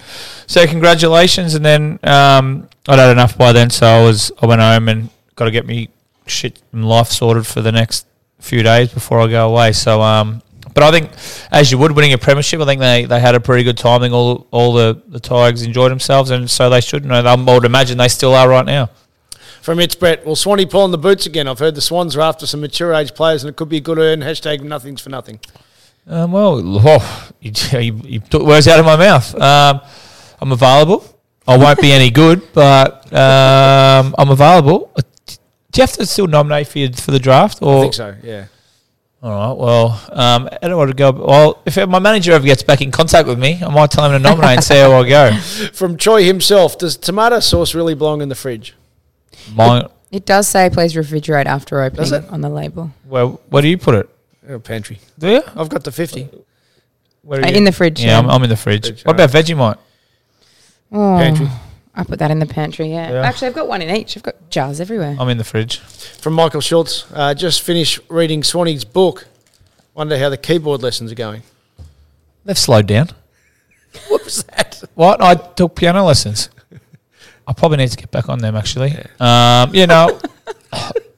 so congratulations. And then um, I'd had enough by then, so I was I went home and got to get me shit and life sorted for the next few days before I go away. So um. But I think, as you would, winning a premiership, I think they, they had a pretty good time. I think all all the, the Tigers enjoyed themselves, and so they should. And I would imagine they still are right now.
From it's Brett. Well, Swanee pulling the boots again. I've heard the Swans are after some mature age players, and it could be a good earn. Hashtag nothing's for nothing.
Um, well, oh, you, [laughs] you, you took words out of my mouth. Um, I'm available. I won't be any good, but um, I'm available. Do you have to still nominate for, your, for the draft? Or
I think so. Yeah.
All right. Well, um, I don't want to go. Well, if my manager ever gets back in contact with me, I might tell him to nominate and see how I
[laughs]
go.
From Choi himself. Does tomato sauce really belong in the fridge?
Mine,
It does say please refrigerate after opening
it?
on the label
well, where do you put it?
Oh, pantry.
Do you?
I've got the fifty.
Where
Uh,
are you?
in the fridge.
Oh, Yeah, I'm, I'm in the fridge.
Fridge,
what about Vegemite?
Oh,
Pantry.
I put that in the pantry. Yeah.
Yeah.
actually, I've got one in each. I've got jars everywhere.
I'm in the fridge.
From Michael Schultz. Uh, just finished reading Swanee's book. Wonder how the keyboard lessons are going.
They've slowed down.
What was that?
What? I took piano lessons. I probably need to get back on them actually. Um, you know, [laughs]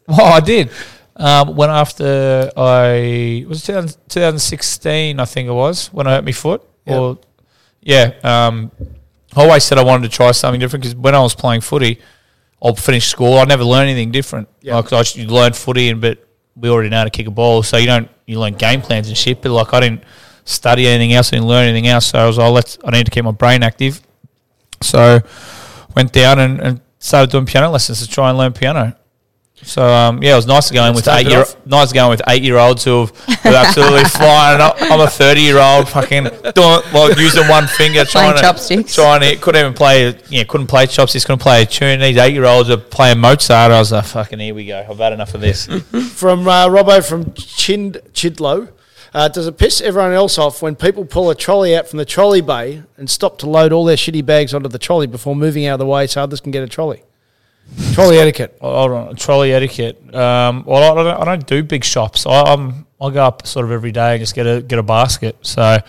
well, I did. Um, when after I it was 2000 2016, I think it was when I hurt my foot. Or yeah, um, I always said I wanted to try something different because when I was playing footy, I finished school. I never learned anything different.
Yeah.
Like I just, you learn footy, and but we already know how to kick a ball, so you don't you learn game plans and shit. But like I didn't study anything else, I didn't learn anything else. So I was like, let's I need to keep my brain active. So went down and, and started doing piano lessons to try and learn piano. So um, yeah, it was nice going with
Let's
eight
tape it
year
off.
nice going with eight year olds who have who are
[laughs]
absolutely flying. And I- I'm a thirty year old fucking doing like using one finger
Playing
trying to
chopsticks.
trying to couldn't even play yeah couldn't play chopsticks couldn't play a tune. These eight year olds are playing Mozart. I was like fucking here we go. I've had enough of this.
From uh, Robbo from Chind Chidlow. Uh, does it piss everyone else off when people pull a trolley out from the trolley bay and stop to load all their shitty bags onto the trolley before moving out of the way so others can get a trolley? Trolley etiquette.
Oh, Hold on, trolley etiquette. Um, well, I don't, I don't do big shops. I, I'm I go up sort of every day and just get a get a basket. So I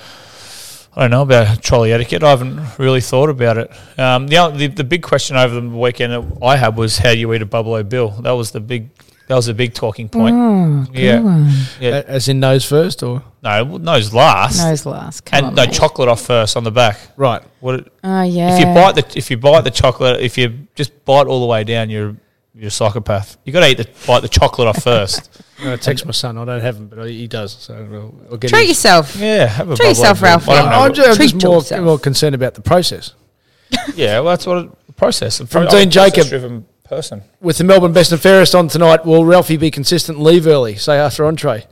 don't know about trolley etiquette. I haven't really thought about it. Um, the, o- the the big question over the weekend that I had was how do you eat a Buffalo Bill? That was the big that was the big talking point. yeah, yeah.
A- As in nose first or?
No, well, nose last,
Nose last. Come
Oh. and
on,
no
mate.
chocolate off first on the back.
Right.
What it-
Oh yeah.
if you bite the if you bite the chocolate, if you just bite all the way down, you're you're a psychopath. You got to eat the bite the chocolate off first.
[laughs]
I'm going to text my son. I don't have him, but I- he does. So I'll, I'll get
treat
his-
yourself.
yeah, have a
Treat
bubble
yourself,
of milk.
Ralphie.
I don't know.
I'm just, I'm
Treat
just more,
yourself.
more concerned about the process.
yeah, well, that's what it, the process. I'm
From
a
Dean Jacob.
driven person.
With the Melbourne Best and Fairest on tonight, will Ralphie be consistent and leave early, say after entree?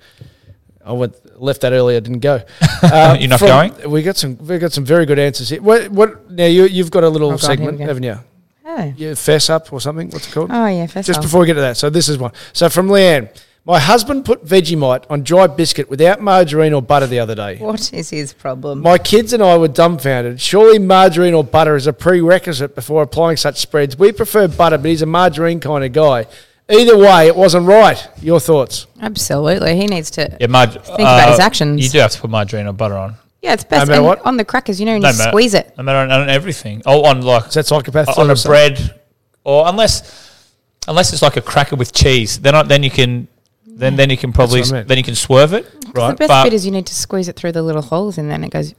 I went, left that early. I didn't
[laughs]
go. Uh,
You're not
from-
going?
We got some. We got some very good answers here. What? what now you, you've got a little
I've got him
segment,
again.
haven't you?
Oh.
Yeah, fess up or something. What's it called?
Oh, yeah, fess
Just
up.
before we get to that, so this is one. So from Leanne, my husband put Vegemite on dry biscuit without margarine or butter the other day.
What is his problem?
My kids and I were dumbfounded. Surely margarine or butter is a prerequisite before applying such spreads. We prefer butter, but he's a margarine kind of guy. Either way, it wasn't right. Your thoughts?
Absolutely, he needs to.
Yeah, marg- think
about his actions.
You do have to put margarine or butter on.
Yeah, it's best
No matter
and
what?
on the crackers. You know, and
No
you
matter-
squeeze it.
No matter on, on everything. Oh, on like
Is that psychopath
on a
or something?
bread, or unless unless it's like a cracker with cheese, then I, then you can then then you can probably
what I meant.
then you can swerve it. Right,
the best
but,
bit is you need to squeeze it through the little holes, and then it goes.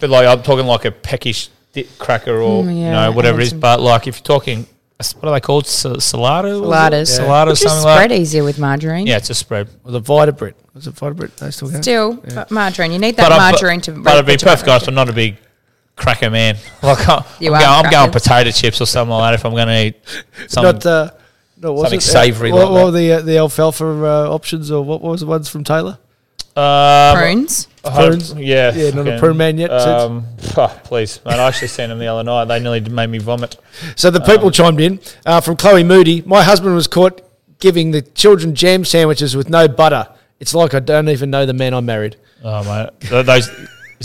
But like I'm talking like a peckish di cracker or
Mm,
you
yeah,
know whatever it is.
and-
But like if you're talking, a s- what are they called? S- salado,
Saladas.
yeah. salado,
Which is
something
spread
like. that.
easier with margarine.
Yeah, it's a spread.
Or the Vitabrit? Was it Vitabrit? They still go?
Still, but margarine. You need that
I'm-
margarine to.
But I'd be perfect, guys. I'm not a big cracker man. [laughs] Like I'm, I'm,
You
going,
are
I'm going
crackers.
potato chips or something like that if I'm going
[laughs]
to eat something.
Not. Uh, no, what was
Um, something
it?
savoury
What,
like
what
that.
were the uh, the alfalfa uh, options, or what, what was the ones from Taylor?
Um,
prunes.
I had-
uh, Prunes?
Yeah.
Yeah, not a
fucking,
prune man yet, since.
Um, [laughs] oh, please, man. I actually seen them the other night. They nearly made me vomit.
So
Um,
the people chimed in uh, from Chloe Moody. My husband was caught giving the children jam sandwiches with no butter. It's like I don't even know the man I married.
Oh mate, Th- those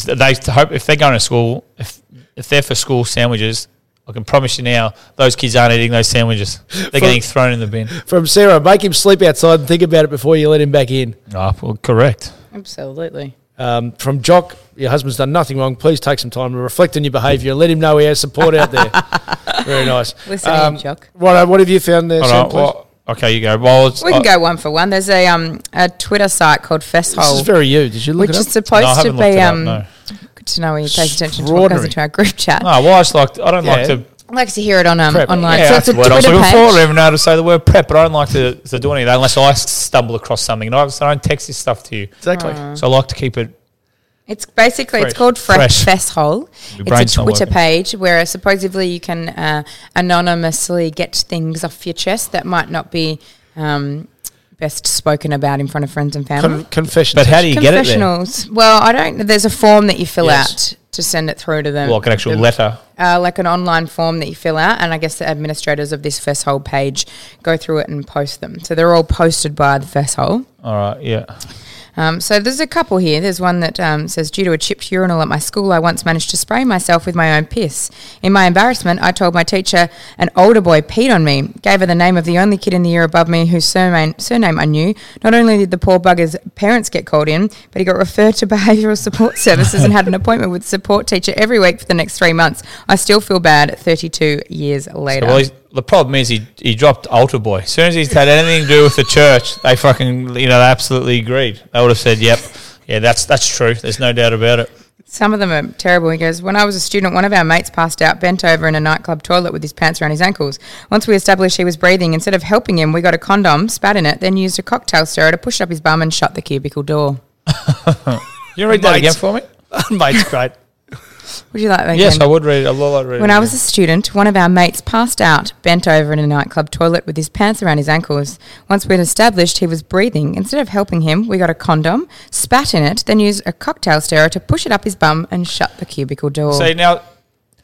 they hope if they're going to school, if if they're for school sandwiches, I can promise you now, those kids aren't eating those sandwiches. They're getting thrown in the bin.
From Sarah, make him sleep outside and think about it before you let him back in.
Ah, well, correct.
Absolutely.
Um, from Jock, your husband's done nothing wrong. Please take some time to reflect on your behaviour and let him know he has support out there. Very nice.
Listen to him, Jock.
Righto, what have you found there,
All
Sam,
right,
please?
well, okay, you go. Well, it's, uh,
We can
I-
go one for one. There's a um a Twitter site called
this is
Festhole,
very you. Did you look
which
it
is
up?
No, I
supposed to
haven't looked
be
it up,
um.
no.
Good to know when you pay attention to what goes
Extraordinary.
into our group chat.
No, well, I just like I don't like
Yeah.
to.
I like to hear it on um,
Prep.
online.
yeah,
so it's
that's
a
the word I was
Twitter
looking
page.
for. I don't even know how to say the word prep, but I don't like to, to do any of that unless I stumble across something. And I, so I don't text this stuff to you.
Exactly.
Mm.
So I like to keep it.
It's basically
Fresh.
it's called Fresh,
Fresh.
Fess Hole.
Your brain's
It's a
not
Twitter
working.
page where supposedly you can uh, anonymously get things off your chest that might not be um, best spoken about in front of friends and family.
Con- confessions.
But how do you get it there?
Confessionals. Well, I don't. There's a form that you fill
Yes.
out to send it through to them.
Like an actual
the-
letter.
uh, like an online form that you fill out, and I guess the administrators of this Fess Hole page go through it and post them. So they're all posted by the Fess Hole.
All right, yeah.
Um, so there's a couple here. There's one that um, says, due to a chipped urinal at my school, I once managed to spray myself with my own piss. In my embarrassment, I told my teacher an older boy peed on me. Gave her the name of the only kid in the year above me whose surname, surname I knew. Not only did the poor bugger's parents get called in, but he got referred to [laughs] behavioural support services and had an appointment with support teacher every week for the next three months. I still feel bad 32 years later.
Well, he's, the problem is he, he dropped Altar Boy. As soon as he's had anything to do with the church, they fucking, you know, they absolutely agreed. They would have said, yep, yeah, that's that's true. There's no doubt about it.
Some of them are terrible. He goes, When I was a student, one of our mates passed out, bent over in a nightclub toilet with his pants around his ankles. Once we established he was breathing, instead of helping him, we got a condom, spat in it, then used a cocktail stirrer to push up his bum and shut the cubicle door.
You read that
Mate.
again [laughs] for me?
Mate's great.
Would you like that
Yes,
again?
I would read it. I love reading
When I was a student, one of our mates passed out, bent over in a nightclub toilet with his pants around his ankles. Once we'd established he was breathing, instead of helping him, we got a condom, spat in it, then used a cocktail stirrer to push it up his bum and shut the cubicle door.
See, now,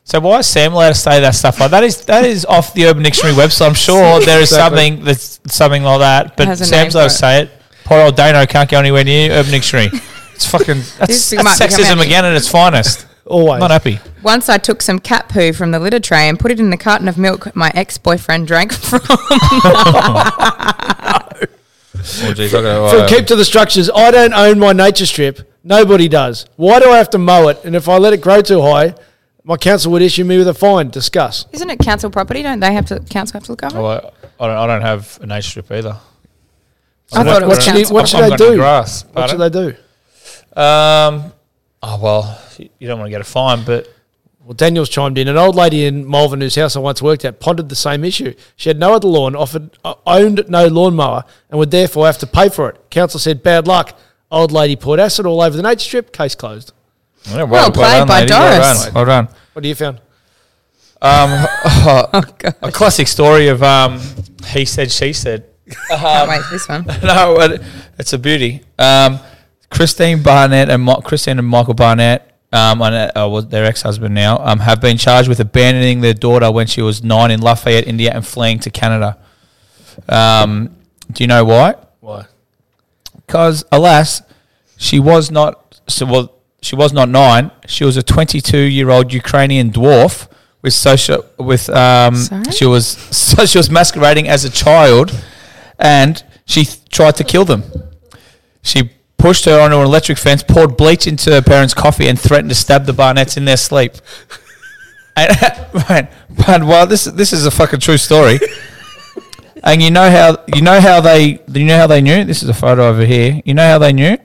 so why is Sam allowed to say that stuff like that? Is That is off the Urban Dictionary website. I'm [laughs] sure there
Exactly.
is something that's something like that, but
Has a
Sam's
name
allowed to
for
say it. Poor old Dano can't go anywhere [laughs] near Urban Dictionary. It's fucking, that's,
This
that's
might become
sexism
happy.
[laughs] again at its finest.
Always.
I'm not happy.
Once I took some cat poo from the litter tray and put it in the carton of milk my ex boyfriend drank [laughs] from.
Oh, geez, I gotta,
From
uh,
keep to the structures. I don't own my nature strip. Nobody does. Why do I have to mow it? And if I let it grow too high, my council would issue me with a fine. Discuss.
Isn't it council property? Don't they have to council have to look over?
well, I, I, don't, I don't have an age strip either.
I thought it
what
was
should, he-
council.
what should
I've
they
got no
do?
grass.
What should
Pardon?
they do?
Um, oh well, you you don't want to get a fine, but
Well, Daniel's chimed in. An old lady in Malvern, whose house I once worked at, pondered the same issue. She had no other lawn, offered, uh, owned no lawnmower, and would therefore have to pay for it. Council said, bad luck. Old lady poured acid all over the nature strip. Case closed.
yeah, well,
played by
lady,
Doris.
Well done.
What do you found?
Well done. Um, a classic story of um, he said, she said.
Oh.
Um,
Can't wait for this one.
[laughs] no, it, it's a beauty. Um, Christine Barnett and Mi- Christine and Michael Barnett, um, and, uh, uh, was their ex-husband now, um, have been charged with abandoning their daughter when she was nine in Lafayette, India, and fleeing to Canada. Um, do you know why?
Why?
Because alas, she was not. So well, she was not nine. She was a 22-year-old Ukrainian dwarf with social with. Um,
Sorry?
she was [laughs] so she was masquerading as a child, and she th- tried to kill them. She pushed her onto an electric fence, poured bleach into her parents' coffee, and threatened to stab the Barnetts in their sleep. [laughs] And, [laughs] man, but well, this this is a fucking true story. And you know how you know how they you know how they knew. This is a photo over here. You know how they knew.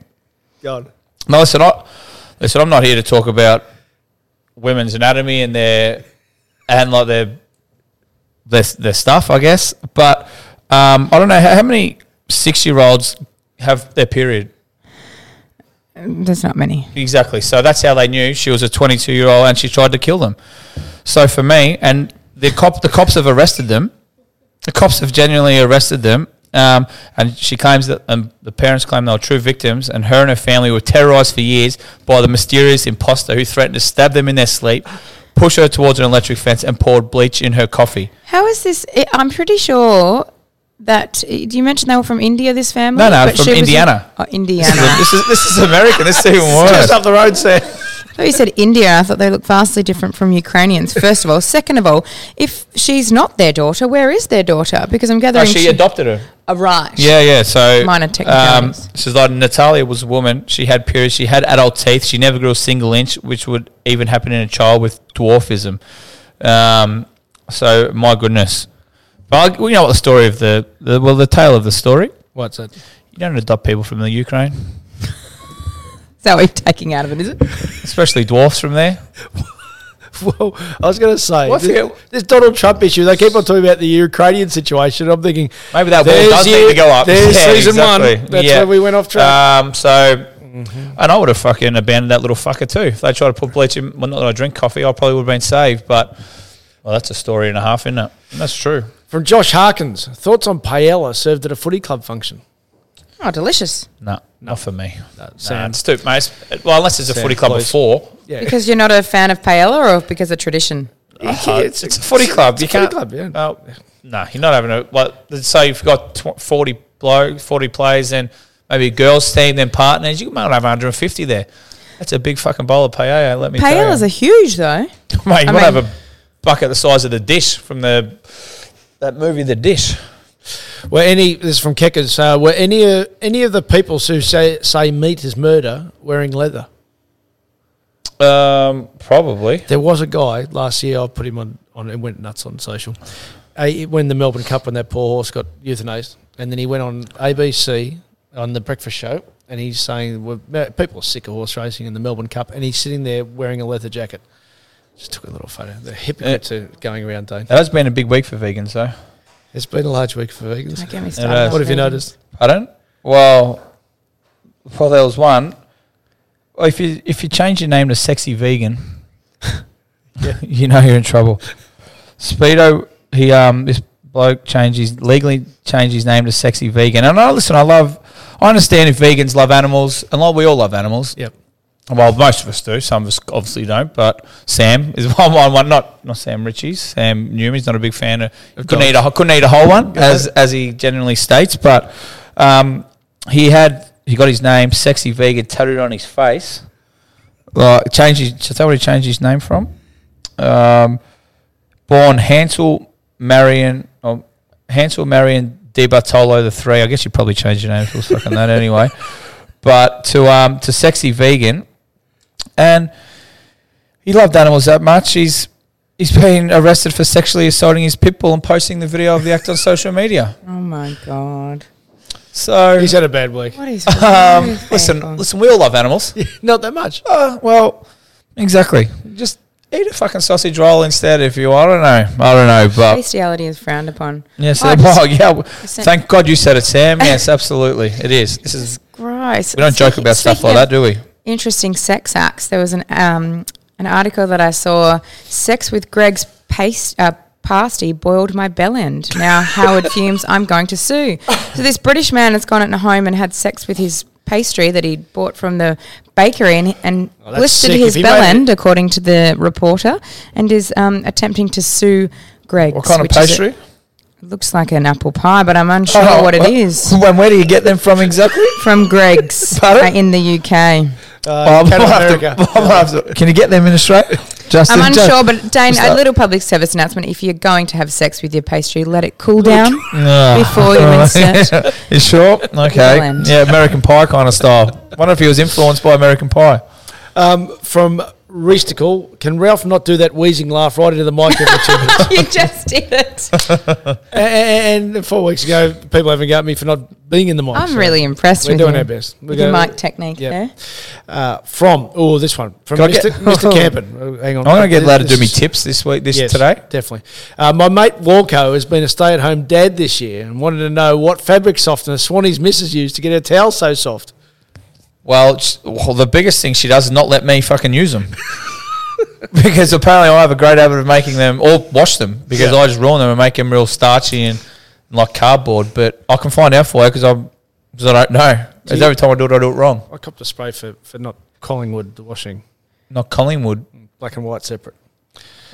God.
No, listen, I, listen. I'm not here to talk about women's anatomy and their and like their their, their stuff, I guess. But um, I don't know how, how many six year olds have their period
[laughs] There's not many.
exactly. So that's how they knew she was a 22 year old and she tried to kill them. So for me, and the cop, the cops have arrested them. The cops have genuinely arrested them. Um, and she claims that um, the parents claim they were true victims, and her and her family were terrorized for years by the mysterious imposter who threatened to stab them in their sleep, push her towards an electric fence, and poured bleach in her coffee.
How is this? I- I'm pretty sure that. Do you mention they were from India? This family?
No, no,
But
from
she was in-
Indiana.
oh,
This is, [laughs]
Indiana.
this is, this is American. This is even worse.
[laughs] Just up the road, Sam.
I thought you said India. I thought they look vastly different from Ukrainians. First of all, second of all, if she's not their daughter, where is their daughter? Because I'm
Oh,
gathering
she adopted her.
Oh, right.
Yeah, yeah. So
Minor technicalities.
she's like Natalia was a woman. She had periods. She had adult teeth. She never grew a single inch, which would even happen in a child with dwarfism. Um, so my goodness. But I, you know what the story of the, the well, the tale of the story.
What's it?
You don't adopt people from the Ukraine,
Is that what you're taking out of it? Is it?
especially dwarfs from there.
[laughs] Well, I was going to say
What's
this,
it?
this Donald Trump issue. They keep on talking about the Ukrainian situation. I'm thinking
Maybe that wall
there's
does
your-
need to go up.
There's
Yeah,
season one.
exactly.
That's
Yeah.
where we went off track.
Um, so, and I would have fucking abandoned that little fucker too. If they tried to put bleach in, well, not that I drink coffee, I probably would have been saved. But, well, that's a story and a half, isn't it? And that's true.
From Josh Harkins, thoughts on paella served at a footy club function?
Oh, delicious.
No, not for me. No, nah,
Sam.
it's too, mate. It's- Well, unless it's a
Sam,
footy club
please.
before.
Yeah,
Because you're not a fan of paella, or because of tradition?
Uh, it's, it's a footy club.
it's
you
a footy
can't.
club, Uh, yeah.
No, no, you're not having a. Like, let's say you've got tw- 40 bloke, 40 players, and maybe a girls' team, then partners. You might have 150 there. That's a big fucking bowl of paella. Let me tell you.
Paellas are huge, though.
[laughs] Mate, you
I
want to have
mean-
a bucket the size of the dish from the that movie, The Dish.
Were any this is from Keckers? Uh, were any uh, any of the people who say say meat is murder wearing leather?
Um, probably.
There was a guy last year. I put him on on and went nuts on social. A, when the Melbourne Cup, when that poor horse got euthanized, and then he went on ABC on the breakfast show, and he's saying well, ma- people are sick of horse racing in the Melbourne Cup, and he's sitting there wearing a leather jacket. Just took a little photo. The hypocrites are going around, Dane.
That has been a big week for vegans, though.
It's been a large week for vegans.
Don't get me
It
started.
is.
on
What have you
vegans.
noticed?
Pardon? Well, well, there was one. Well, if you if you change your name to sexy vegan, [laughs] you know you're in trouble. Speedo, he um, this bloke changed his legally changed his name to sexy vegan. And I listen, I love, I understand if vegans love animals, and like we all love animals.
Yep.
Well, most of us do. Some of us obviously don't. But Sam is [laughs] one. One. one not not Sam Ritchie's. Sam Newman's not a big fan of. couldn't eat a couldn't eat a whole one as as he generally states. But um, he had he got his name sexy vegan tattooed on his face. Like changed his. So tell where he changed his name from. Um, born Hansel Marion, oh, Hansel Marion Di Bartolo the three. I guess you probably changed your name if it was fucking that anyway. But to um to sexy vegan, and he loved animals that much. He's he's been arrested for sexually assaulting his pit bull and posting the video of the act on social media.
Oh my god.
So
He's had a bad week.
What
[laughs]
is
um,
wrong with
listen,
people?
listen, we all love animals.
[laughs] Not that much.
Uh, well, exactly. Just eat a fucking sausage roll instead if you. I don't know. I don't know, but
Bestiality is frowned upon. Oh,
yeah. So,
I just-
well, yeah. w- Thank God you said it, Sam. Yes, absolutely. It is. This is.
Gross.
We don't joke about stuff like that, do we?
Interesting sex acts. There was an um, an article that I saw. Sex with Greg's paste. Uh, Pasty boiled my bell end. Now Howard
[laughs]
fumes. I'm going to sue. So this British man has gone at home and had sex with his pastry that he'd bought from the bakery and, and
Oh, that's
listed
sick.
his
If he
bell
made it-
end according to the reporter and is um, attempting to sue Greg.
What kind of pastry?
Looks like an apple pie, but I'm unsure
Oh.
what it
[laughs]
is.
And where do you get them from exactly?
From Greg's
Pardon?
uh, in the UK.
Uh,
I
Canada,
might have to-
America.
I might have to- can you get them in Australia? Just
I'm
in just-
unsure, but Dane,
Just
a
that-
little public service announcement. If you're going to have sex with your pastry, let it cool down
Ah.
before
[laughs]
you insert.
you sure? Okay.
blend.
Yeah, American Pie kind of style. Wonder if he was influenced by American Pie.
Um, from Reesticle, can Ralph not do that wheezing laugh right into the mic every two minutes?
you just did it.
A- a- [laughs] And four weeks ago, people haven't got me for not being in the mic.
I'm
so
really impressed
We're
with
doing
you.
our best. We're
With your
gonna-
mic technique
Yeah.
there.
Uh, from oh, this one from
Can I
Mr. [laughs]
get-
Mr. Campen. Oh, hang on,
I'm going to get allowed to
This
do me
is-
tips this week, this
Yes,
today.
Definitely. Uh, my mate Walco has been a stay at home dad this year and wanted to know what fabric softener Swanee's missus used to get her towel so soft.
Well, it's- well, the biggest thing she does is not let me fucking use them. [laughs] because apparently I have a great habit of making them or wash them because
Yeah.
I just ruin them and make them real starchy and, and like cardboard. But I can find out for you because I don't know. 'Cause
you-
every time I do it, I do it wrong.
I copped a spray for, for not Collingwood the washing,
Not Collingwood.
black and white separate.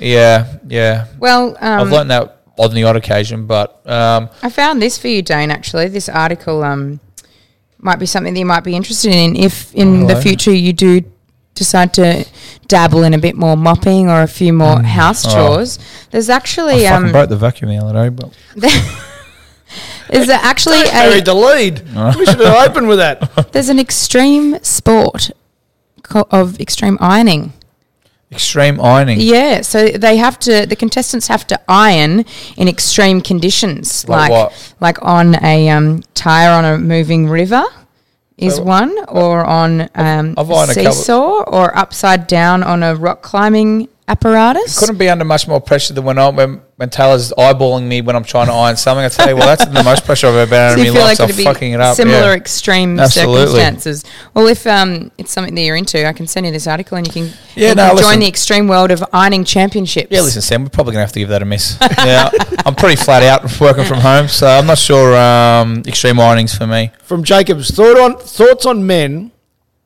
Yeah, yeah.
Well,
I've
um,
learned that on the odd occasion, but um,
I found this for you, Dane. Actually, this article um, might be something that you might be interested in. If in the
Hello.
future you do decide to dabble in a bit more mopping or a few more house
Oh.
chores, there's actually
I fucking
um,
broke the vacuum the other day. But
is there actually a,
Buried the lead. we should have opened with that.
there's an extreme sport co- of extreme ironing.
extreme ironing.
Yeah, so they have to. The contestants have to iron in extreme conditions, like
Like what?
like on a um, tire on a moving river is one, or on um,
uh, I've
a
ironed a couple-
seesaw, or upside down on a rock climbing apparatus.
Couldn't be under much more pressure than when I when, when Taylor's eyeballing me when I'm trying to iron something. I tell you, well, that's the most pressure I've ever been
So
under in
you
my
feel
life.
like
So I'm
it'd be
fucking it up.
similar
yeah.
extreme
Absolutely.
circumstances. Well, if um, it's something that you're into, I can send you this article and you can
Yeah,
you
no,
can
listen.
join the extreme world of ironing championships.
Yeah, listen, Sam, we're probably gonna have to give that
[laughs]
a miss. yeah, I'm pretty flat out [laughs] working from home, so I'm not sure um, extreme ironing's for me.
From Jacob's thought on thoughts on men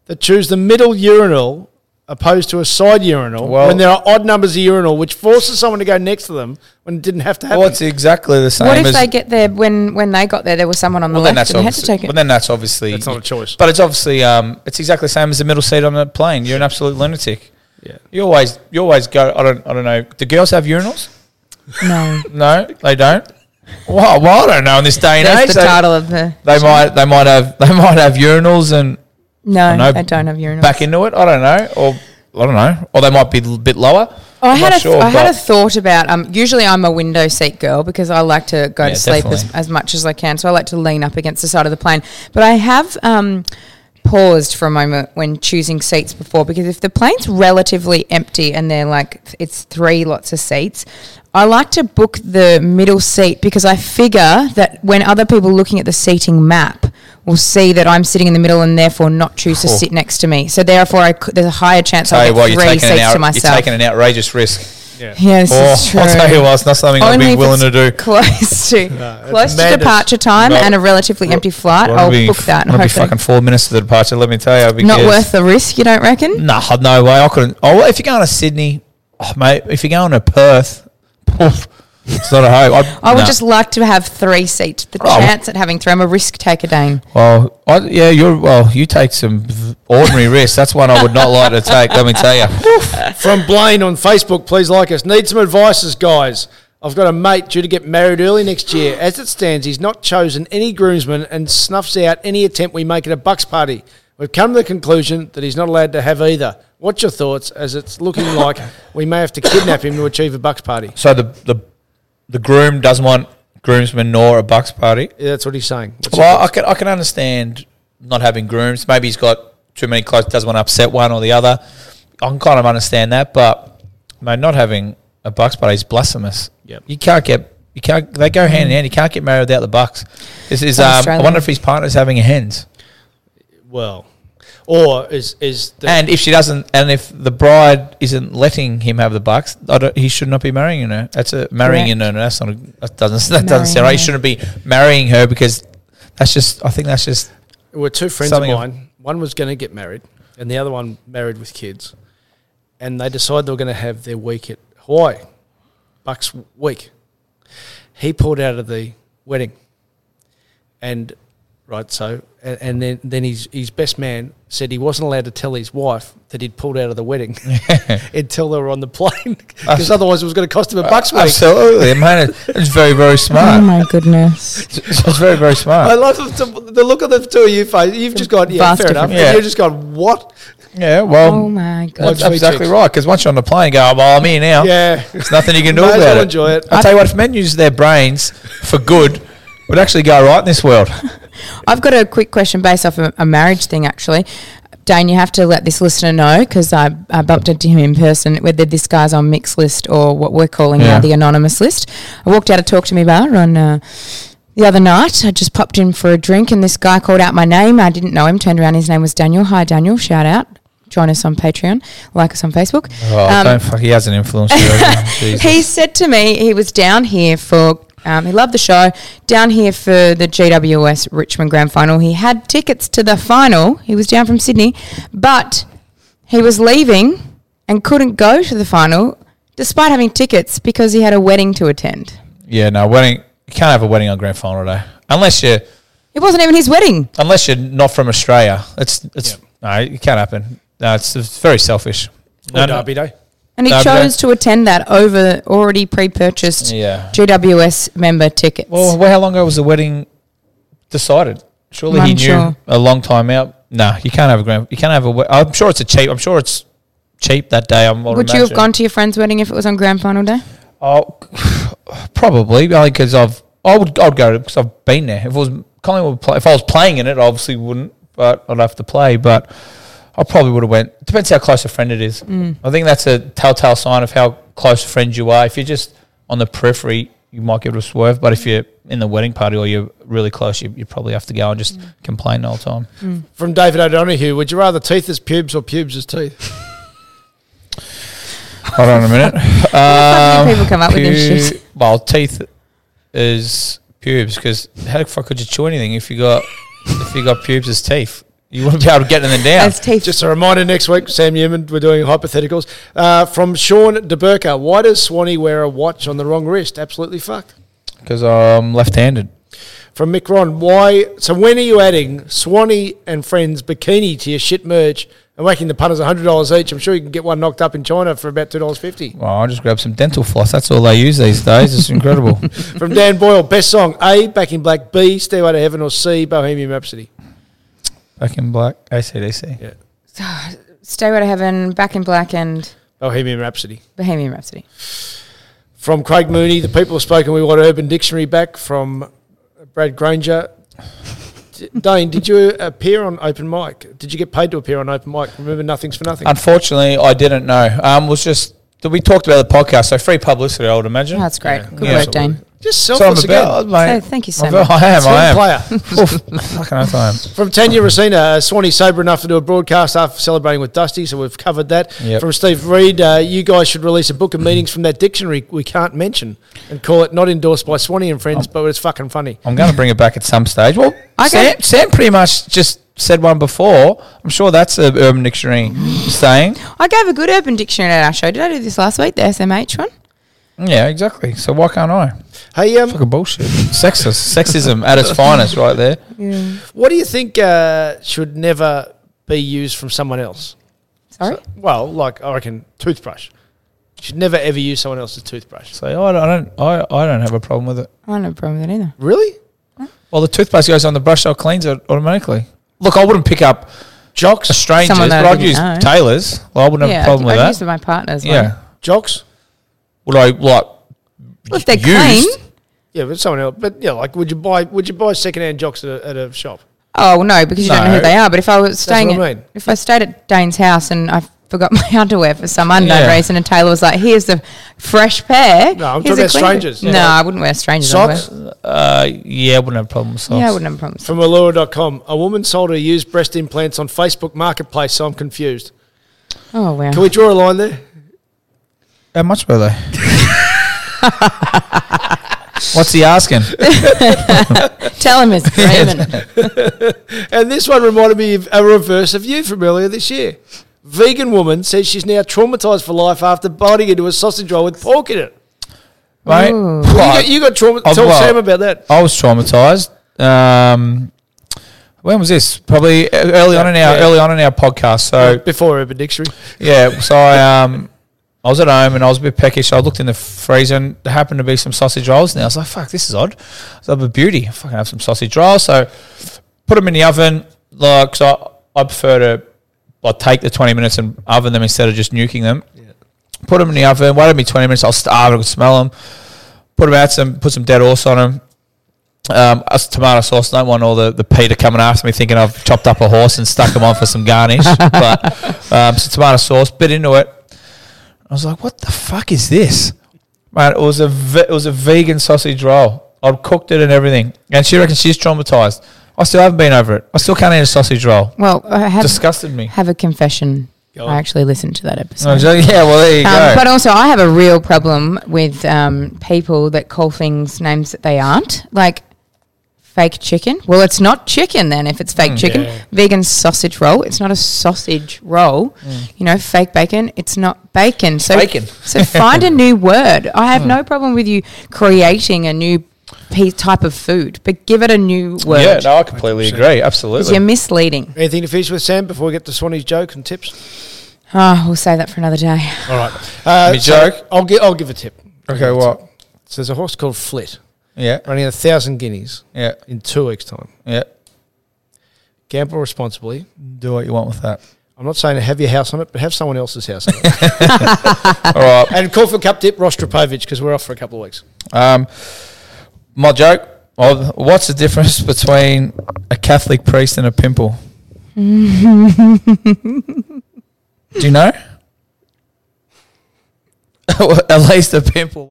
that choose the middle urinal opposed to a side urinal
Well-
when there are odd numbers of urinal, which forces someone to go next to them when it didn't have to happen.
Well, it's exactly the same.
What if
as
they get there when when they got there? There was someone on the
Well, then
left
that's
and they had to
obviously.
take
Well,
it.
then that's obviously.
That's not a choice.
But it's obviously. Um, it's exactly the same as the middle seat on a plane. You're an absolute lunatic.
Yeah.
You always. You always go. I don't. I don't know. Do girls have urinals?
No,
No, they don't. Well, well, I don't know. In this day and age,
that's the
they,
title of the.
they might. They might have. [laughs] They might have urinals and
No,
know,
they don't have urinals.
back into it. I don't know. Or I don't know. Or they might be a little bit lower.
Oh, I
I'm
had
not
a
sure,
I had a
but-
thought about. Um, usually I'm a window seat girl because I like to go
Yeah,
to sleep as,
definitely.
as much as I can. So I like to lean up against the side of the plane. But I have um, paused for a moment when choosing seats before because if the plane's relatively empty and they're like th- it's three lots of seats. I like to book the middle seat because I figure that when other people looking at the seating map will see that I'm sitting in the middle and therefore not choose to
Cool.
sit next to me. So therefore, I c- there's a higher chance
Tell
I'll
you what,
get
you're
three
taking, an
seats to
out, you're
myself.
taking an outrageous risk.
Yes,
Oh,
it's true.
I'll tell you what, it's not something I'd
if
be willing to
it's [laughs]
do.
Close
[laughs]
to close to
madness.
departure time
No.
and a relatively empty flight.
Well,
I'll
it'd be-
book that. And
it'd be
hopefully,
fucking four minutes to the departure. Let me tell you.
not
because-
worth the risk. You don't reckon?
Nah, no way. I couldn't. Oh, well, if you're going to Sydney, oh, mate, if you're going to Perth, poof, It's not a hope. I,
I would
nah.
just like to have three seats. The
Oh.
chance at having three. I'm a risk taker, Dane.
Well, I, yeah, you're well. You take some ordinary risks. That's one I would not like to take. Let me
[laughs]
tell you.
From Blaine on Facebook, please like us. Need some advices, guys. I've got a mate due to get married early next year. As it stands, he's not chosen any groomsmen and snuffs out any attempt we make at a bucks party. We've come to the conclusion that he's not allowed to have either. What's your thoughts? As it's looking like we may have to kidnap him to achieve a bucks party.
So the the the groom doesn't want groomsmen nor a bucks party.
Yeah, that's what he's saying. What's your
Well,
thoughts?
I can I can understand not having grooms. Maybe he's got too many clothes. Doesn't want to upset one or the other. I can kind of understand that, but mate, not having a bucks party is blasphemous.
Yep.
you can't get. You can't, they go hand in hand. You can't get married without the bucks. This is. Um, I
Australian.
wonder if his partner's having a hens.
well, or is is the,
And if she doesn't, and if the bride isn't letting him have the bucks, I don't, he should not be marrying her. That's a marrying
Correct.
her. No, that's not. A, that doesn't. [laughs] That doesn't
Marrying
sound right.
her.
You shouldn't be marrying her because that's just. I think that's just.
There were two friends of
Something of-
mine. One was going to get married, and the other one married with kids. And they decided they were going to have their week at Hawaii, Bucks week. He pulled out of the wedding, and right so, and, and then then his his best man said he wasn't allowed to tell his wife that he'd pulled out of the
[laughs]
wedding until they were on the plane, because
Abs-
otherwise it was going to cost him a Bucks week.
Uh, Absolutely, man. It's very, very
Oh [laughs]
smart.
my goodness.
It's very, very
I
smart.
love the, the look of the two of you face. You've just gone, yeah,
Vast
fair enough.
difference. Yeah.
You've just gone, what?
Yeah. Well.
Oh my god.
Like
That's
sweet
exactly
chicks.
right. Because once you're on the plane, you go, well, I'm here now.
Yeah.
There's nothing
[laughs]
you can do
May as
about
well
it.
enjoy it.
I tell you what, if men use their brains for good, would actually go right in this world.
[laughs] I've got a quick question based off a, a marriage thing, actually. Dane, you have to let this listener know because I, I bumped into him in person, whether this guy's on mixed list or what we're calling
Yeah.
now the anonymous list. I walked out of Talk to Me Bar on uh, the other night. I just popped in for a drink and this guy called out my name. I didn't know him, turned around. His name was Daniel. Hi, Daniel. Shout out. Join us on Patreon. Like us on Facebook.
Oh,
Um,
don't fuck. He Oh, has an influence.
[laughs] he said to me he was down here for um, he loved the show down here for the GWS Richmond Grand Final. He had tickets to the final. He was down from Sydney, but he was leaving and couldn't go to the final despite having tickets because he had a wedding to attend.
Yeah, no wedding. You can't have a wedding on grand final day unless you
It wasn't even his wedding.
unless you're not from Australia. It's it's no, it can't happen. No, it's, it's very selfish. No,
Or
no.
Derby Day.
And he
No, but
chose to attend that over already pre-purchased
Yeah.
GWS member tickets.
Well, wh- how long ago was the wedding decided? Surely he
I'm
knew
sure.
a long time out. No, you can't have a grand. You can't have a. we- I'm sure it's a cheap. I'm sure it's cheap that day. I'm.
Would you have gone to your friend's wedding if it was on grand final day?
Oh, [sighs] probably only because I've. I would. I'd go because I've been there. If it was Collingwood, play, if I was playing in it, I obviously wouldn't. But I'd have to play. But I probably would have went. Depends how close a friend it is. I think that's a telltale sign of how close a friend you are. If you're just on the periphery, you might give it a swerve. But if you're in the wedding party or you're really close, you, you probably have to go and just complain the whole time.
From David O'Donoghue, would you rather teeth as pubes or pubes as teeth?
Hold on a [laughs] minute.
fuck
um,
do people come up with this
pu-
shit?
Well, teeth is pubes because how the fuck could you chew anything if you got if you got pubes as teeth? You wouldn't be able to get them down.
As teeth.
Just a reminder next week, Sam Newman, we're doing hypotheticals. Uh, from Sean DeBurka, why does Swanee wear a watch on the wrong wrist? Absolutely fucked.
Because I'm left-handed.
From Mick Ron, why? So when are you adding Swanee and friends bikini to your shit merch and making the punters $100 each? I'm sure you can get one knocked up in China for about
[laughs]
$2.50.
Well, I just grab some dental floss. That's all they use these days. It's
[laughs]
incredible.
From Dan Boyle, best song A, Back in Black, B, Stairway to Heaven, or C, Bohemian Rhapsody?
Back in black, ACDC.
Yeah,
Stay Out of Heaven, Back in Black, and
Bohemian Rhapsody.
Bohemian Rhapsody.
From Craig Mooney, the people have spoken. We want Urban Dictionary back from Brad Granger. D- Dane, did you appear on open mic? Did you get paid to appear on open mic? Remember, nothing's for nothing.
Unfortunately, I didn't know. Um, was just we talked about the podcast, so free publicity. I would imagine.
That's great. Good
Yeah.
work, Dane.
Just
so I'm
selfless
about,
again.
mate.
So thank you so
I'm
much.
I am. I am.
Team player.
Oof, fucking oath I am.
From Tanya Racina, uh, Swanee sober enough to do a broadcast after celebrating with Dusty, so we've covered that.
Yep.
From Steve Reed, uh, you guys should release a book of meetings from that dictionary we can't mention and call it not endorsed by Swanee and
Oh.
friends, but it's fucking funny.
I'm going to bring it back at some stage. Well,
Okay.
Sam, Sam pretty much just said one before. I'm sure that's a Urban Dictionary saying.
I gave a good Urban Dictionary at our show. Did I do this last week? The SMH one.
Yeah, exactly. So why can't I?
Hey, um,
Fucking bullshit. Sexist, sexism at its finest, right there.
what do you think uh, should never be used from someone else?
Sorry?
Well, like I reckon toothbrush. You should never ever use someone else's toothbrush.
So I don't, I don't, I, I don't have a problem with it.
I don't have a problem with that either.
Really?
Well, the toothpaste goes on the brush, so it cleans it automatically. Look, I wouldn't pick up
Jocks,
a stranger's,
Someone that
but
I
I'd
didn't
use
know.
Taylor's. Well, I wouldn't
yeah,
have a problem
I,
with
I
that.
use it with my partners. like-
yeah.
jocks.
Would I like?
Well, if they're
Used?
clean.
Yeah, but someone else. But yeah, like would you buy would you buy secondhand jocks at a, at a shop?
Oh well, no, because you don't know
No.
who they are. But if I was staying,
what I
at-
mean.
if I stayed at Dane's house and I forgot [laughs] my underwear for some unknown
Yeah.
reason, and Taylor was like, "Here's the fresh pair."
No, I'm talking
here's a
about
clean pair."
strangers. Yeah.
No, I wouldn't wear strangers. I'd
Socks
Wear,
Uh, yeah, I wouldn't have a problem with socks.
yeah, I wouldn't have problems.
from Allura.com. A woman sold her used breast implants on Facebook Marketplace, so I'm confused.
Oh wow.
Can we draw a line there?
How much were they? What's he asking?
Tell him
[laughs]
it's Raymond.
And this one reminded me of a reverse of you from earlier this year. Vegan woman says she's now traumatized for life after biting into a sausage roll with pork in it.
Mate,
Ooh.
You
Right.
got, you got trauma.
Oh,
Tell
well.
Sam about that.
I was traumatized. Um, when was this? Probably e- early on in our
Yeah.
early on in our podcast. So
Before Urban Dictionary.
yeah, so I um, I was at home and I was a bit peckish. So I looked in the freezer and there happened to be some sausage rolls. And I was like, "Fuck, this is odd." So I'm a beauty. I fucking have some sausage rolls. So put them in the oven. Like, so I, I prefer to like take the 20 minutes and oven them instead of just nuking them. Put them in the oven. Waited me 20 minutes. I was starving. I could smell them. Put them out. Some put some dead horse on them. Um, us tomato sauce. Don't want all the, the Peter coming after me thinking I've chopped up a horse and stuck him on for some garnish. But um, some tomato sauce. Bit into it. I was like, "What the fuck is this?" Man, it was a ve- it was a vegan sausage roll. I cooked it and everything, and she reckons she's traumatized. I still haven't been over it. I still can't eat a sausage roll.
Well, I have
Disgusted me.
have a confession.
on.
I actually listened to that episode.
I was like, yeah, well, there you
Um,
go.
but also, I have a real problem with um, people that call things names that they aren't, like fake chicken. Well, it's not chicken then if it's
Mm.
fake chicken. Vegan sausage roll, it's not a sausage roll. You know, fake bacon, it's not bacon. So,
Mm.
[laughs]
Bacon. Mm.
so find a new word. I have no problem with you creating a new piece, type of food, but give it a new word.
yeah, no, I completely agree. Absolutely.
Because you're misleading.
Anything to finish with, Sam, before we get to Swanee's joke and tips?
Oh, we'll save that for another day.
All right. Uh,
Me
so
joke?
I'll, gi- I'll give a tip.
Okay, what?
So there's a horse called Flit,
Yeah,
running a thousand guineas
yeah,
in two weeks' time.
yeah.
Gamble responsibly.
Do what you want with that.
I'm not saying to have your house on it, but have someone else's house on it.
[laughs] All right.
and call for cup dip, Rostropovich, because we're off for a couple of weeks.
Um, my joke. Well, what's the difference between a Catholic priest and a pimple? Do you know? [laughs] At least a pimple.